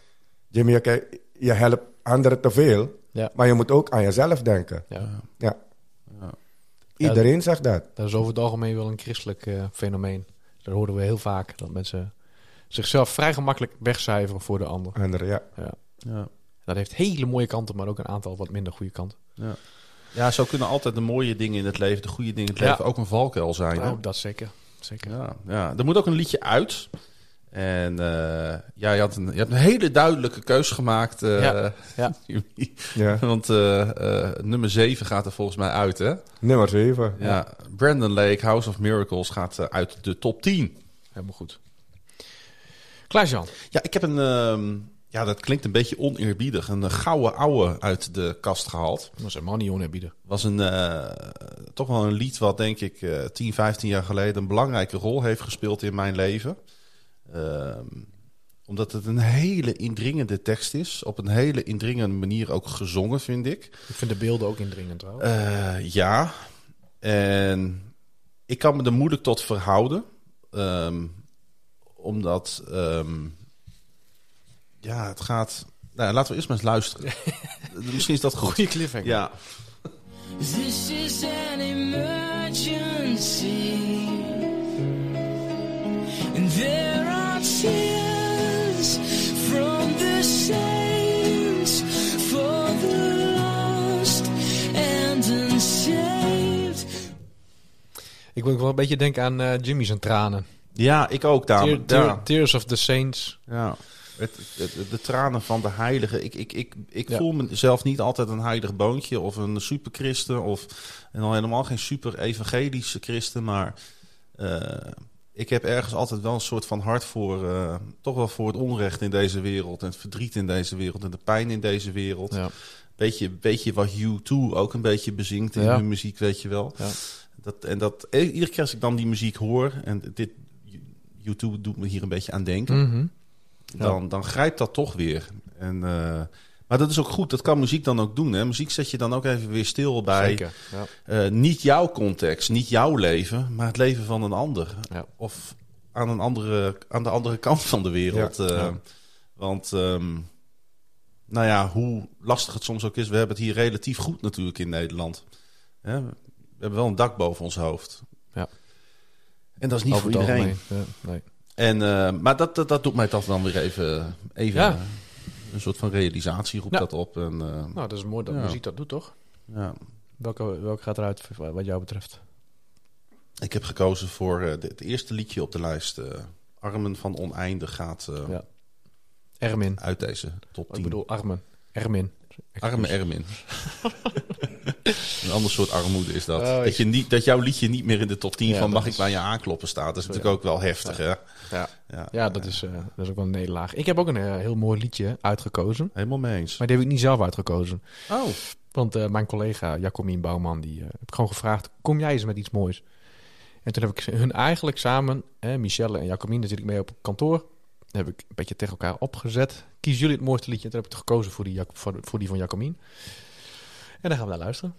Speaker 4: Jimmy, kijk, je helpt anderen te veel,
Speaker 2: Ja.
Speaker 4: maar je moet ook aan jezelf denken.
Speaker 2: ja.
Speaker 4: Ja.
Speaker 1: Ja.
Speaker 4: Iedereen zegt dat.
Speaker 2: Dat is over het algemeen wel een christelijk eh, fenomeen. Dat horen we heel vaak. Dat mensen zichzelf vrij gemakkelijk wegcijferen voor de ander.
Speaker 4: Anderen, ja.
Speaker 1: Ja.
Speaker 2: Dat heeft hele mooie kanten, maar ook een aantal wat minder goede kanten.
Speaker 1: ja, zo kunnen altijd de mooie dingen in het leven, de goede dingen in het
Speaker 2: Ja.
Speaker 1: leven, ook een valkuil zijn. hè?
Speaker 2: Oh, dat zeker. zeker.
Speaker 1: Ja, ja, er moet ook een liedje uit. En eh, ja, je, had een, je hebt een hele duidelijke keus gemaakt. eh,
Speaker 2: Ja, ja.
Speaker 1: <laughs> Jimmy. <laughs>
Speaker 4: ja.
Speaker 1: Want eh, eh, nummer 7 gaat er volgens mij uit, hè?
Speaker 4: Nummer 7.
Speaker 1: Ja, Brandon Lake, House of Miracles gaat eh, uit de top 10.
Speaker 2: Helemaal goed. Klaas-Jan.
Speaker 1: Ja, ik heb een, ehm, ja, dat klinkt een beetje oneerbiedig, een eh, gouden ouwe uit de kast gehaald.
Speaker 2: Dat is helemaal niet oneerbiedig.
Speaker 1: was een, eh, toch wel een lied wat, denk ik, eh 10, 15 jaar geleden een belangrijke rol heeft gespeeld in mijn leven. Ehm, omdat het een hele indringende tekst is. Op een hele indringende manier ook gezongen, vind ik.
Speaker 2: Ik vind de beelden ook indringend trouwens.
Speaker 1: Eh, ja. En ik kan me er moeilijk tot verhouden. Ehm, omdat, ehm, ja, het gaat... Nou, laten we eerst maar eens luisteren. Misschien is dat goed.
Speaker 2: Goeie cliffhanger.
Speaker 1: Ja.
Speaker 7: This is an emergency. And there are tears from the saints for the lost and unsaved.
Speaker 2: Ik wil ook wel een beetje denken aan eh, Jimmy's en tranen.
Speaker 1: ja, ik ook, dame.
Speaker 2: Tear- tear-
Speaker 1: Ja.
Speaker 2: Tears of the Saints.
Speaker 1: Ja. Het, het- de tranen van de heiligen. Ik, ik, ik, ik
Speaker 2: Ja.
Speaker 1: voel mezelf niet altijd een heilig boontje of een superchristen. Of, en al helemaal geen super-evangelische christen. Maar eh, ik heb ergens altijd wel een soort van hart voor... eh, toch wel voor het onrecht in deze wereld. En het verdriet in deze wereld. En de pijn in deze wereld.
Speaker 2: Ja.
Speaker 1: Beetje, beetje wat U2 ook een beetje bezinkt in
Speaker 2: Ja.
Speaker 1: hun muziek, weet je wel.
Speaker 2: Ja.
Speaker 1: Dat, en dat, i- iedere keer als ik dan die muziek hoor... En dit, U2 doet me hier een beetje aan denken
Speaker 2: Mhm.
Speaker 1: dan, dan grijpt dat toch weer. En, eh, maar dat is ook goed, dat kan muziek dan ook doen. Hè? Muziek zet je dan ook even weer stil bij
Speaker 2: Zeker. Ja.
Speaker 1: eh, niet jouw context, niet jouw leven, maar het leven van een ander.
Speaker 2: Ja.
Speaker 1: Of aan, een andere, aan de andere kant van de wereld. eh,
Speaker 2: Ja.
Speaker 1: Want, ehm, nou ja, hoe lastig het soms ook is, we hebben het hier relatief goed natuurlijk in Nederland. Hè? We hebben wel een dak boven ons hoofd.
Speaker 2: Ja.
Speaker 1: En dat is niet
Speaker 2: Over
Speaker 1: voor
Speaker 2: het
Speaker 1: iedereen.
Speaker 2: algemeen. Ja, nee.
Speaker 1: En, eh, maar dat, dat, dat doet mij toch dan weer even, even
Speaker 2: Ja.
Speaker 1: eh, een soort van realisatie roept
Speaker 2: Ja.
Speaker 1: dat op. En, eh,
Speaker 2: Nou, dat is mooi dat
Speaker 1: Ja.
Speaker 2: muziek dat doet, toch?
Speaker 1: ja.
Speaker 2: Welke, welke gaat eruit wat jou betreft?
Speaker 1: Ik heb gekozen voor eh, de- het eerste liedje op de lijst. eh, Armen van Oneindig gaat eh,
Speaker 2: Ja. Ermin.
Speaker 1: uit deze top 10.
Speaker 2: Ik bedoel, dus. Armen. Ermin.
Speaker 1: Arme
Speaker 2: <laughs>
Speaker 1: Ermin. een ander soort armoede is dat.
Speaker 2: Oh, ik-
Speaker 1: dat, je niet, dat jouw liedje niet meer in de top 10
Speaker 2: Ja,
Speaker 1: van
Speaker 2: dat
Speaker 1: mag ik
Speaker 2: is-
Speaker 1: bij je aankloppen staat. Dat is natuurlijk ook wel heftig, hè?
Speaker 2: Ja.
Speaker 1: Ja.
Speaker 2: Ja, dat is, eh, dat is ook wel een nederlaag. Ik heb ook een eh, heel mooi liedje uitgekozen.
Speaker 1: Helemaal mee eens.
Speaker 2: Maar die heb ik niet zelf uitgekozen.
Speaker 1: Oh,
Speaker 2: Want eh, mijn collega Jacomien Bouwman, die eh, heb ik gewoon gevraagd... kom jij eens met iets moois? En toen heb ik ze- hun eigenlijk samen, eh, Michelle en Jacomien, daar zit ik mee op kantoor. Dat heb ik een beetje tegen elkaar opgezet. Kies jullie het mooiste liedje. En toen heb ik gekozen voor die, Jac- voor, voor die van Jacomien. En dan gaan we naar luisteren.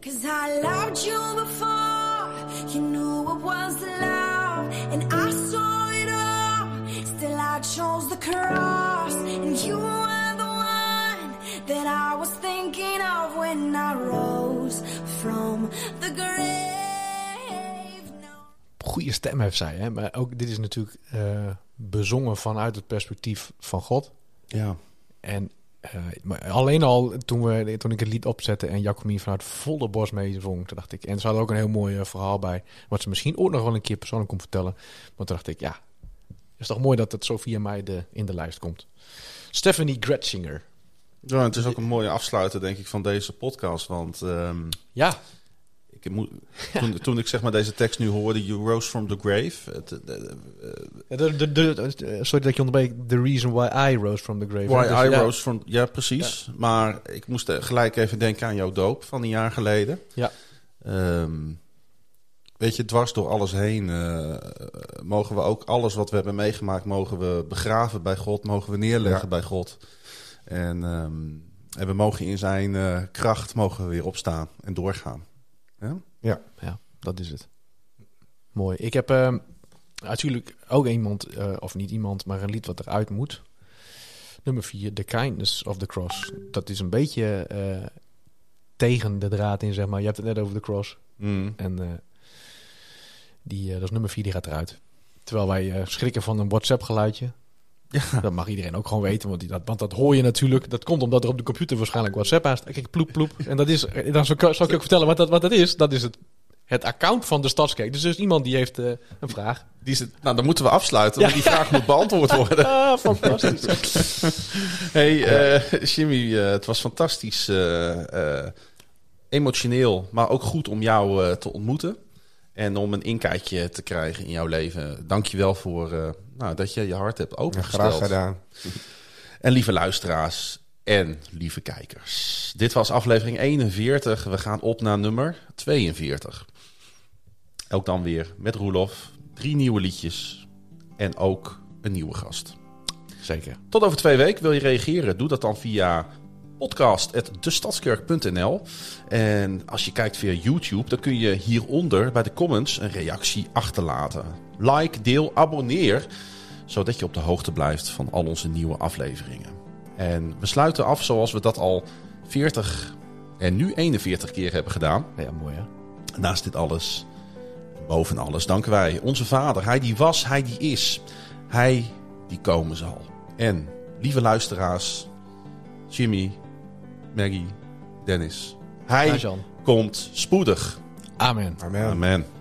Speaker 6: Cause I loved you before, you knew it was love, and I saw it all. Still, I chose the cross, and you were the one that I was thinking of when I rose from the grave. No.
Speaker 2: goede stem heeft zij. Hè? Maar ook dit is natuurlijk eh, bezongen vanuit het perspectief van God.
Speaker 1: ja.
Speaker 2: En eh, maar alleen al toen, we, toen ik het lied opzette en Jacomien vanuit volle borst meezong, toen dacht ik. En ze had ook een heel mooi eh, verhaal bij, wat ze misschien ook nog wel een keer persoonlijk kon vertellen. Maar toen dacht ik, ja, is toch mooi dat het zo via mij de, in de lijst komt. Stephanie Gretzinger.
Speaker 1: Ja, het is ook een mooie afsluiter, denk ik, van deze podcast. Want ehm,
Speaker 2: Ja,
Speaker 1: ik moet, toen, toen ik zeg maar deze tekst nu hoorde, You Rose from the Grave. Het, eh, het- het-
Speaker 2: de, de, de- eh, sorry dat ik je ontbreek. The reason why I rose from the grave.
Speaker 1: why
Speaker 2: hè?
Speaker 1: I
Speaker 2: Dus, ja.
Speaker 1: Rose from... Ja, precies. Maar ik moest eh, gelijk even denken aan jouw doop van een jaar geleden.
Speaker 2: Ja.
Speaker 1: Ehm, weet je, dwars door alles heen eh, mogen we ook alles wat we hebben meegemaakt... mogen we begraven bij God, mogen we neerleggen
Speaker 4: Ja.
Speaker 1: bij God. En, ehm, en we mogen in zijn eh, kracht mogen we weer opstaan en doorgaan.
Speaker 2: Dat is het. Mooi. Ik heb ehm, natuurlijk ook iemand, eh, of niet iemand, maar een lied wat eruit moet. Nummer 4, The Kindness of the Cross. Dat is een beetje eh, tegen de draad in, zeg maar. Je hebt het net over de cross.
Speaker 1: Mm.
Speaker 2: En eh, die, eh, dat is nummer 4, die gaat eruit. Terwijl wij eh, schrikken van een WhatsApp-geluidje. Dat mag iedereen ook gewoon weten, want, die, dat, want dat hoor je natuurlijk. Dat komt omdat er op de computer waarschijnlijk WhatsApp haast. Kijk, ploep, ploep. En dat is, eh, dan zal ik zal ik je ook vertellen wat dat, wat dat is. Dat is het, het account van de Stadskerk. Dus er is iemand die heeft eh, een vraag.
Speaker 1: Die zit, nou, dan moeten we afsluiten, want die vraag moet beantwoord worden.
Speaker 2: <laughs> Ah, fantastisch.
Speaker 1: Hey eh, Jimmy, eh, het was fantastisch. eh, eh, emotioneel, maar ook goed om jou eh, te ontmoeten. En om een inkijkje te krijgen in jouw leven. Dank je wel voor eh, nou, dat je je hart hebt
Speaker 4: Ja,
Speaker 1: opengesteld.
Speaker 4: graag gedaan.
Speaker 1: En lieve luisteraars en lieve kijkers. Dit was aflevering 41. We gaan op naar nummer 42. Elk dan weer met Roelof. Drie nieuwe liedjes. En ook een nieuwe gast.
Speaker 2: Zeker.
Speaker 1: Tot over twee weken wil je reageren. Doe dat dan via podcast.destadskerk.nl. En als je kijkt via YouTube, dan kun je hieronder bij de comments een reactie achterlaten. Like, deel, abonneer, zodat je op de hoogte blijft van al onze nieuwe afleveringen. En we sluiten af zoals we dat al 40 en nu 41 keer hebben gedaan.
Speaker 2: Ja, mooi hè.
Speaker 1: Naast dit alles, boven alles, danken wij onze Vader. Hij die was, hij die is. Hij die komen zal. En, lieve luisteraars, Jimmy, Maggie, Dennis. Hij
Speaker 2: Jan.
Speaker 1: komt spoedig.
Speaker 2: Amen.
Speaker 4: Amen.
Speaker 1: Amen.